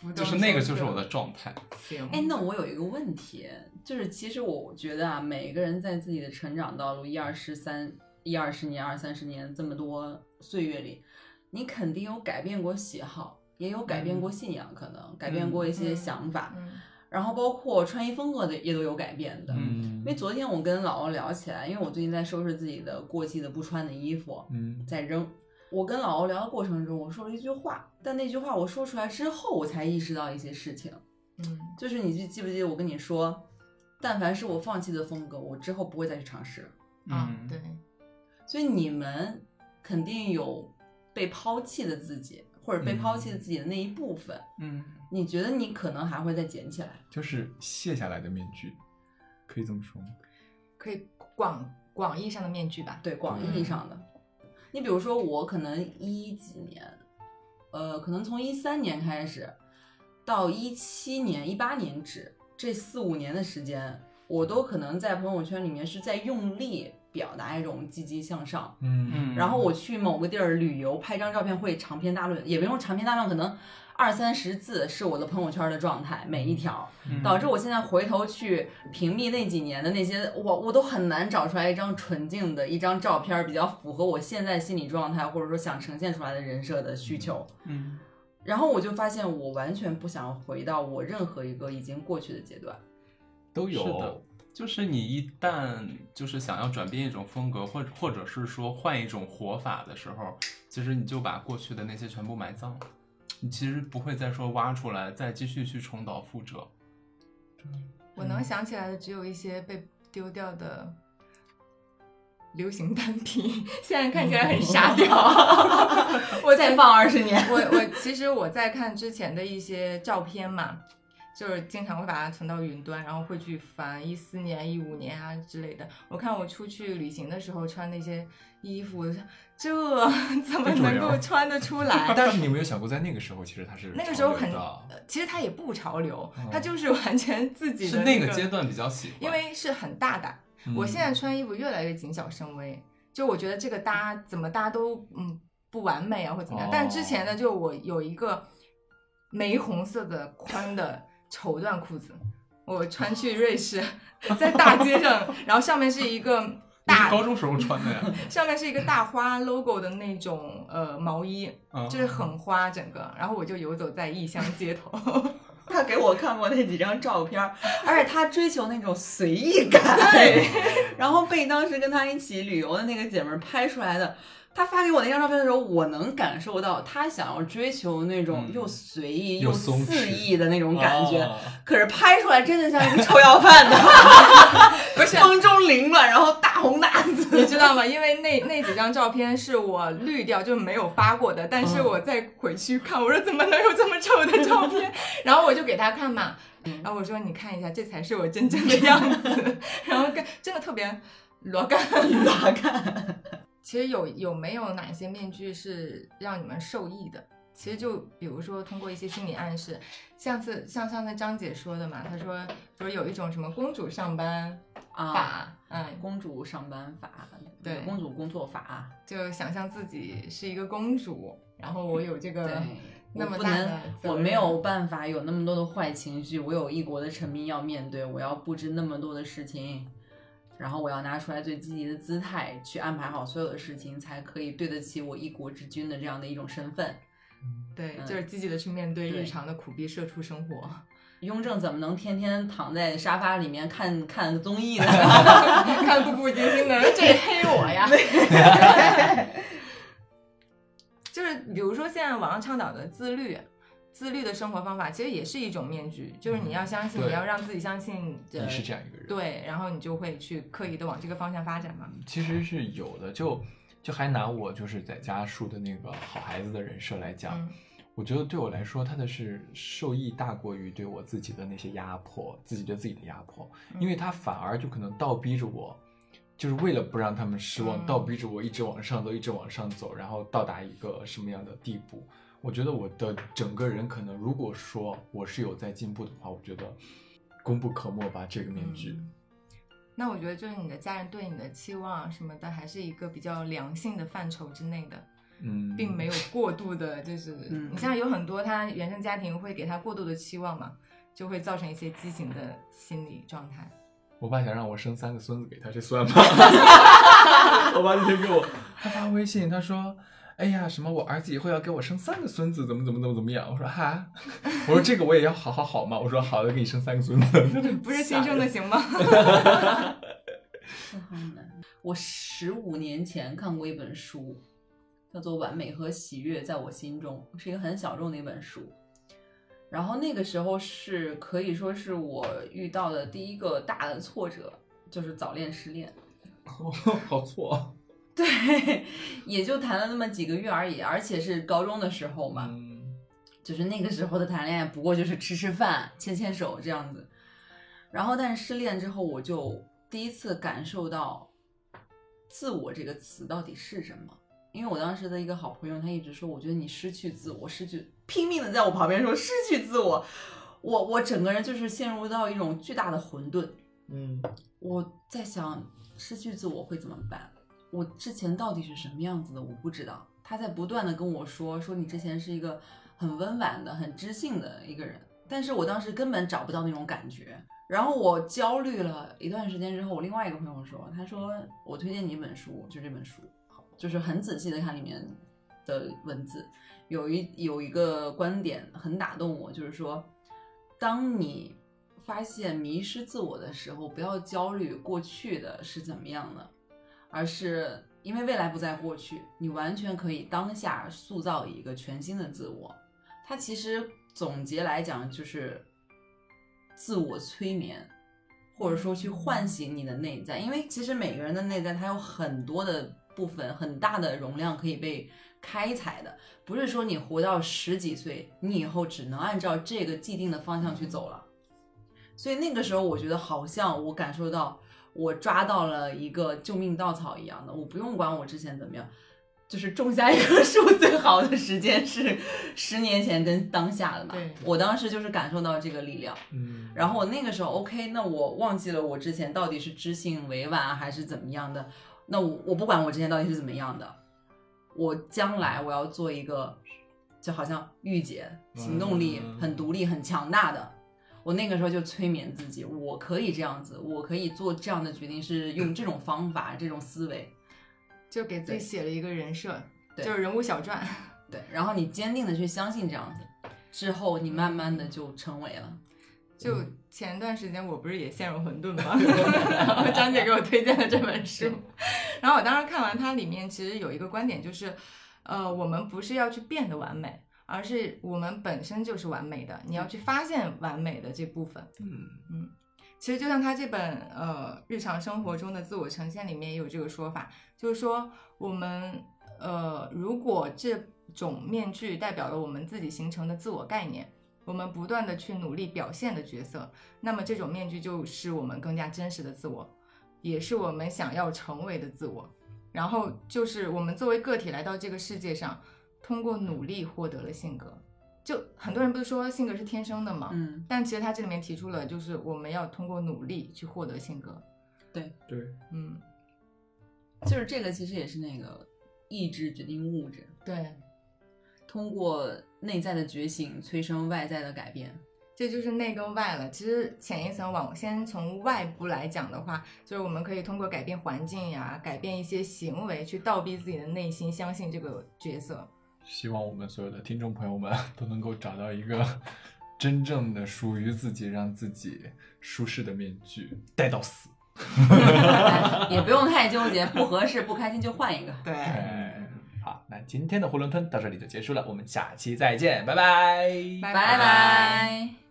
Speaker 2: 不
Speaker 4: 就
Speaker 2: 动
Speaker 4: 是那个就是我的状态。
Speaker 2: 行，
Speaker 3: 哎，那我有一个问题，就是其实我觉得啊，每个人在自己的成长道路一二十三、一二十年、二三十年这么多岁月里，你肯定有改变过喜好，也有改变过信仰，可能改变过一些
Speaker 2: 嗯
Speaker 3: 想法，
Speaker 2: 嗯
Speaker 3: 然后包括穿衣风格的也都有改变的。
Speaker 1: 嗯
Speaker 3: 因为昨天我跟老欧聊起来，因为我最近在收拾自己的过季的不穿的衣服，
Speaker 1: 嗯，
Speaker 3: 在扔。我跟老欧聊的过程中，我说了一句话，但那句话我说出来之后，我才意识到一些事情。
Speaker 2: 嗯，
Speaker 3: 就是你记记不记得我跟你说，但凡是我放弃的风格，我之后不会再去尝试。
Speaker 2: 啊
Speaker 4: 嗯，
Speaker 2: 对，
Speaker 3: 所以你们肯定有被抛弃的自己，或者被抛弃的自己的那一部分。
Speaker 4: 嗯，
Speaker 3: 你觉得你可能还会再捡起来？
Speaker 1: 就是卸下来的面具，可以这么说吗？
Speaker 2: 可以广广义上的面具吧，
Speaker 3: 对，广义上的。你比如说，我可能一几年，呃，可能从一三年开始到一七年、一八年止这四五年的时间，我都可能在朋友圈里面是在用力表达一种积极向上。
Speaker 1: 嗯
Speaker 4: 嗯
Speaker 3: 然后我去某个地儿旅游，拍张照片会长篇大论，也不用长篇大论，可能二三十字是我的朋友圈的状态，每一条，
Speaker 2: 嗯
Speaker 4: 嗯
Speaker 3: 导致我现在回头去屏蔽那几年的那些，我我都很难找出来一张纯净的一张照片，比较符合我现在心理状态，或者说想呈现出来的人设的需求。
Speaker 4: 嗯
Speaker 3: 然后我就发现，我完全不想回到我任何一个已经过去的阶段。
Speaker 1: 都
Speaker 4: 是的
Speaker 1: 有，
Speaker 4: 就是你一旦就是想要转变一种风格，或者或者是说换一种活法的时候，其实你就把过去的那些全部埋葬了。你其实不会再说挖出来，再继续去重蹈覆辙。
Speaker 2: 我能想起来的只有一些被丢掉的流行单品， 现在看起来很傻 屌。我
Speaker 3: 再
Speaker 2: 在
Speaker 3: 放二十年，
Speaker 2: 我我其实我在看之前的一些照片嘛，就是经常会把它存到云端，然后会去翻一四年、一五年啊之类的。我看我出去旅行的时候穿那些衣服，我就想这怎么
Speaker 4: 非主
Speaker 2: 能
Speaker 4: 流
Speaker 2: 够穿得出来？
Speaker 1: 但是你有没有想过，在那个时候其实它是
Speaker 2: 那个时候
Speaker 1: 潮
Speaker 2: 很，
Speaker 1: 流
Speaker 2: 呃
Speaker 1: 的
Speaker 2: 其实它也不潮流
Speaker 1: 嗯，
Speaker 2: 它就是完全自己
Speaker 4: 是
Speaker 2: 的
Speaker 4: 那个阶段比较喜欢，
Speaker 2: 因为是很大胆。我现在穿衣服越来越谨小慎微，就我觉得这个搭哦怎么搭都嗯不完美啊，或者怎么样。但之前呢，就我有一个玫红色的宽的绸缎裤子，我穿去瑞士，在大街上，然后上面是一个
Speaker 4: 你是
Speaker 2: 大
Speaker 4: 高中时候穿 的呀，
Speaker 2: 上面是一个大花 logo 的那种呃毛衣，
Speaker 4: 嗯
Speaker 2: 就是很花整个，然后我就游走在异乡街头，
Speaker 3: 他给我看过那几张照片儿，而且他追求那种随意感， 然后被当时跟他一起旅游的那个姐们儿拍出来的。他发给我那张照片的时候，我能感受到他想要追求那种
Speaker 4: 嗯
Speaker 3: 又随意
Speaker 4: 又松
Speaker 3: 肆
Speaker 4: 弛
Speaker 3: 意的那种感觉，
Speaker 4: 哦
Speaker 3: 可是拍出来真的像一个臭要饭的，
Speaker 2: 不是
Speaker 3: 风中凌乱，然后大红大
Speaker 2: 你
Speaker 3: 紫。
Speaker 2: 知道吗？因为那那几张照片是我滤掉，就是没有发过的。但是我再回去看，我说怎么能有这么丑的照片？然后我就给他看嘛，然后我说你看一下，这才是我真正的样子。然后跟真的特别裸干。
Speaker 3: 咋看？
Speaker 2: 其实有有没有哪些面具是让你们受益的？其实就比如说通过一些心理暗示，上次像上次张姐说的嘛，她说不是有一种什么公主上班
Speaker 3: 啊，
Speaker 2: 法，嗯，
Speaker 3: 公主上班法，
Speaker 2: 对
Speaker 3: 公主工作法，啊
Speaker 2: 就想象自己是一个公主，然后我有这
Speaker 3: 对
Speaker 2: 个，那
Speaker 3: 嗯我
Speaker 2: 么
Speaker 3: 不
Speaker 2: 大
Speaker 3: 能
Speaker 2: 的，责
Speaker 3: 我
Speaker 2: 任
Speaker 3: 没有办法有那么多的坏情绪，我有异国的臣民要面对，我要布置那么多的事情，然后我要拿出来最积极的姿态去安排好所有的事情，才可以对得起我一国之君的这样的一种身份。
Speaker 2: 对，
Speaker 3: 嗯
Speaker 2: 就是积极的去面对
Speaker 3: 对
Speaker 2: 日常的苦逼社畜生 活，
Speaker 3: 雍正怎么能天天躺在沙发里面看看综艺呢？
Speaker 2: 看步步惊心的，这也黑我 呀。就是比如说现在网上倡导的自律，自律的生活方法其实也是一种面具，就是你要相信，
Speaker 1: 嗯对
Speaker 2: 你要让自己相信，呃
Speaker 1: 嗯你是这样一个人。
Speaker 2: 对，然后你就会去刻意的往这个方向发展嘛。
Speaker 1: 其实是有的，就就还拿我就是在家树的那个好孩子的人设来讲，
Speaker 2: 嗯
Speaker 1: 我觉得对我来说，他的是受益大过于对我自己的那些压迫，自己对自己的压迫，
Speaker 2: 嗯
Speaker 1: 因为他反而就可能倒逼着我，就是为了不让他们失望，
Speaker 2: 嗯
Speaker 1: 倒逼着我一直往上走，一直往上走，然后到达一个什么样的地步。我觉得我的整个人可能，如果说我是有在进步的话，我觉得功不可没吧。这个面具，
Speaker 2: 嗯那我觉得就是你的家人对你的期望什么的，还是一个比较良性的范畴之内的。
Speaker 1: 嗯，
Speaker 2: 并没有过度的，就是、
Speaker 3: 嗯
Speaker 2: 你像有很多他原生家庭会给他过度的期望嘛，就会造成一些畸形的心理状态。
Speaker 1: 我爸想让我生三个孙子给他，这算吗？ 我爸那天给我，他发微信，他说：“哎呀，什么我儿子以后要给我生三个孙子，怎么怎么怎么怎么样？”我说：“哈，我说这个我也要好好好嘛。”我说：“好的，给你生三个孙子。
Speaker 2: 不是亲生的行吗？
Speaker 3: 好难。我十五年前看过一本书，叫做《完美和喜悦在我心中》，是一个很小众的一本书。然后那个时候是可以说是我遇到的第一个大的挫折，就是早恋失恋。”
Speaker 1: 好错，
Speaker 3: 对，也就谈了那么几个月而已，而且是高中的时候嘛。
Speaker 1: 嗯，
Speaker 3: 就是那个时候的谈恋爱，不过就是吃吃饭、牵牵手这样子。然后，但是失恋之后，我就第一次感受到“自我”这个词到底是什么。因为我当时的一个好朋友，他一直说，我觉得你失去自我，失去拼命的在我旁边说失去自我，我我整个人就是陷入到一种巨大的混沌。
Speaker 5: 嗯，
Speaker 3: 我在想，失去自我会怎么办？我之前到底是什么样子的，我不知道。他在不断的跟我说，说你之前是一个很温婉的、很知性的一个人，但是我当时根本找不到那种感觉。然后我焦虑了一段时间之后，我另外一个朋友说，他说我推荐你一本书，就这本书，就是很仔细的看里面的文字，有一有一个观点很打动我，就是说，当你发现迷失自我的时候，不要焦虑过去的是怎么样的，而是因为未来不在过去，你完全可以当下塑造一个全新的自我。它其实总结来讲就是自我催眠，或者说去唤醒你的内在，因为其实每个人的内在它有很多的部分，很大的容量可以被开采的，不是说你活到十几岁，你以后只能按照这个既定的方向去走了。所以那个时候，我觉得好像我感受到我抓到了一个救命稻草一样的，我不用管我之前怎么样，就是种下一棵树最好的时间是十年前跟当下的嘛
Speaker 2: 对。
Speaker 3: 我当时就是感受到这个力量。
Speaker 1: 嗯，
Speaker 3: 然后我那个时候 OK，那我忘记了我之前到底是知性委婉啊还是怎么样的，那我我不管我之前到底是怎么样的，我将来我要做一个。就好像御姐行动力很独立、很强大的。我那个时候就催眠自己，我可以这样子，我可以做这样的决定，是用这种方法、这种思维。
Speaker 2: 就给自己写了一个人设，
Speaker 3: 对
Speaker 2: 就是人物小传。
Speaker 3: 对，然后你坚定的去相信这样子，之后你慢慢的就成为了。
Speaker 2: 就前段时间我不是也陷入混沌吗？然后张姐给我推荐了这本书，然后我当时看完它里面其实有一个观点就是，呃，我们不是要去变得完美，而是我们本身就是完美的，你要去发现完美的这部分。
Speaker 5: 嗯，
Speaker 2: 其实就像他这本呃日常生活中的自我呈现里面也有这个说法，就是说我们呃如果这种面具代表了我们自己形成的自我概念，我们不断的去努力表现的角色，那么这种面具就是我们更加真实的自我，也是我们想要成为的自我。然后就是我们作为个体来到这个世界上，通过努力获得了性格。就很多人不是说性格是天生的吗？
Speaker 3: 嗯，
Speaker 2: 但其实他这里面提出了，就是我们要通过努力去获得性格。
Speaker 5: 对，
Speaker 2: 嗯，
Speaker 3: 就是这个其实也是那个意志决定物质，
Speaker 2: 对，
Speaker 3: 通过内在的觉醒催生外在的改变。
Speaker 2: 这就是内跟外了。其实潜一层往先从外部来讲的话，就是我们可以通过改变环境呀，改变一些行为，去倒逼自己的内心，相信这个角色。
Speaker 1: 希望我们所有的听众朋友们都能够找到一个真正的属于自己、让自己舒适的面具，戴到死。
Speaker 3: 哎也不用太纠结，不合适不开心就换一个。
Speaker 2: 对，
Speaker 1: 哎，好，那今天的囫囵吞到这里就结束了，我们下期再见，拜拜，
Speaker 2: 拜
Speaker 3: 拜拜。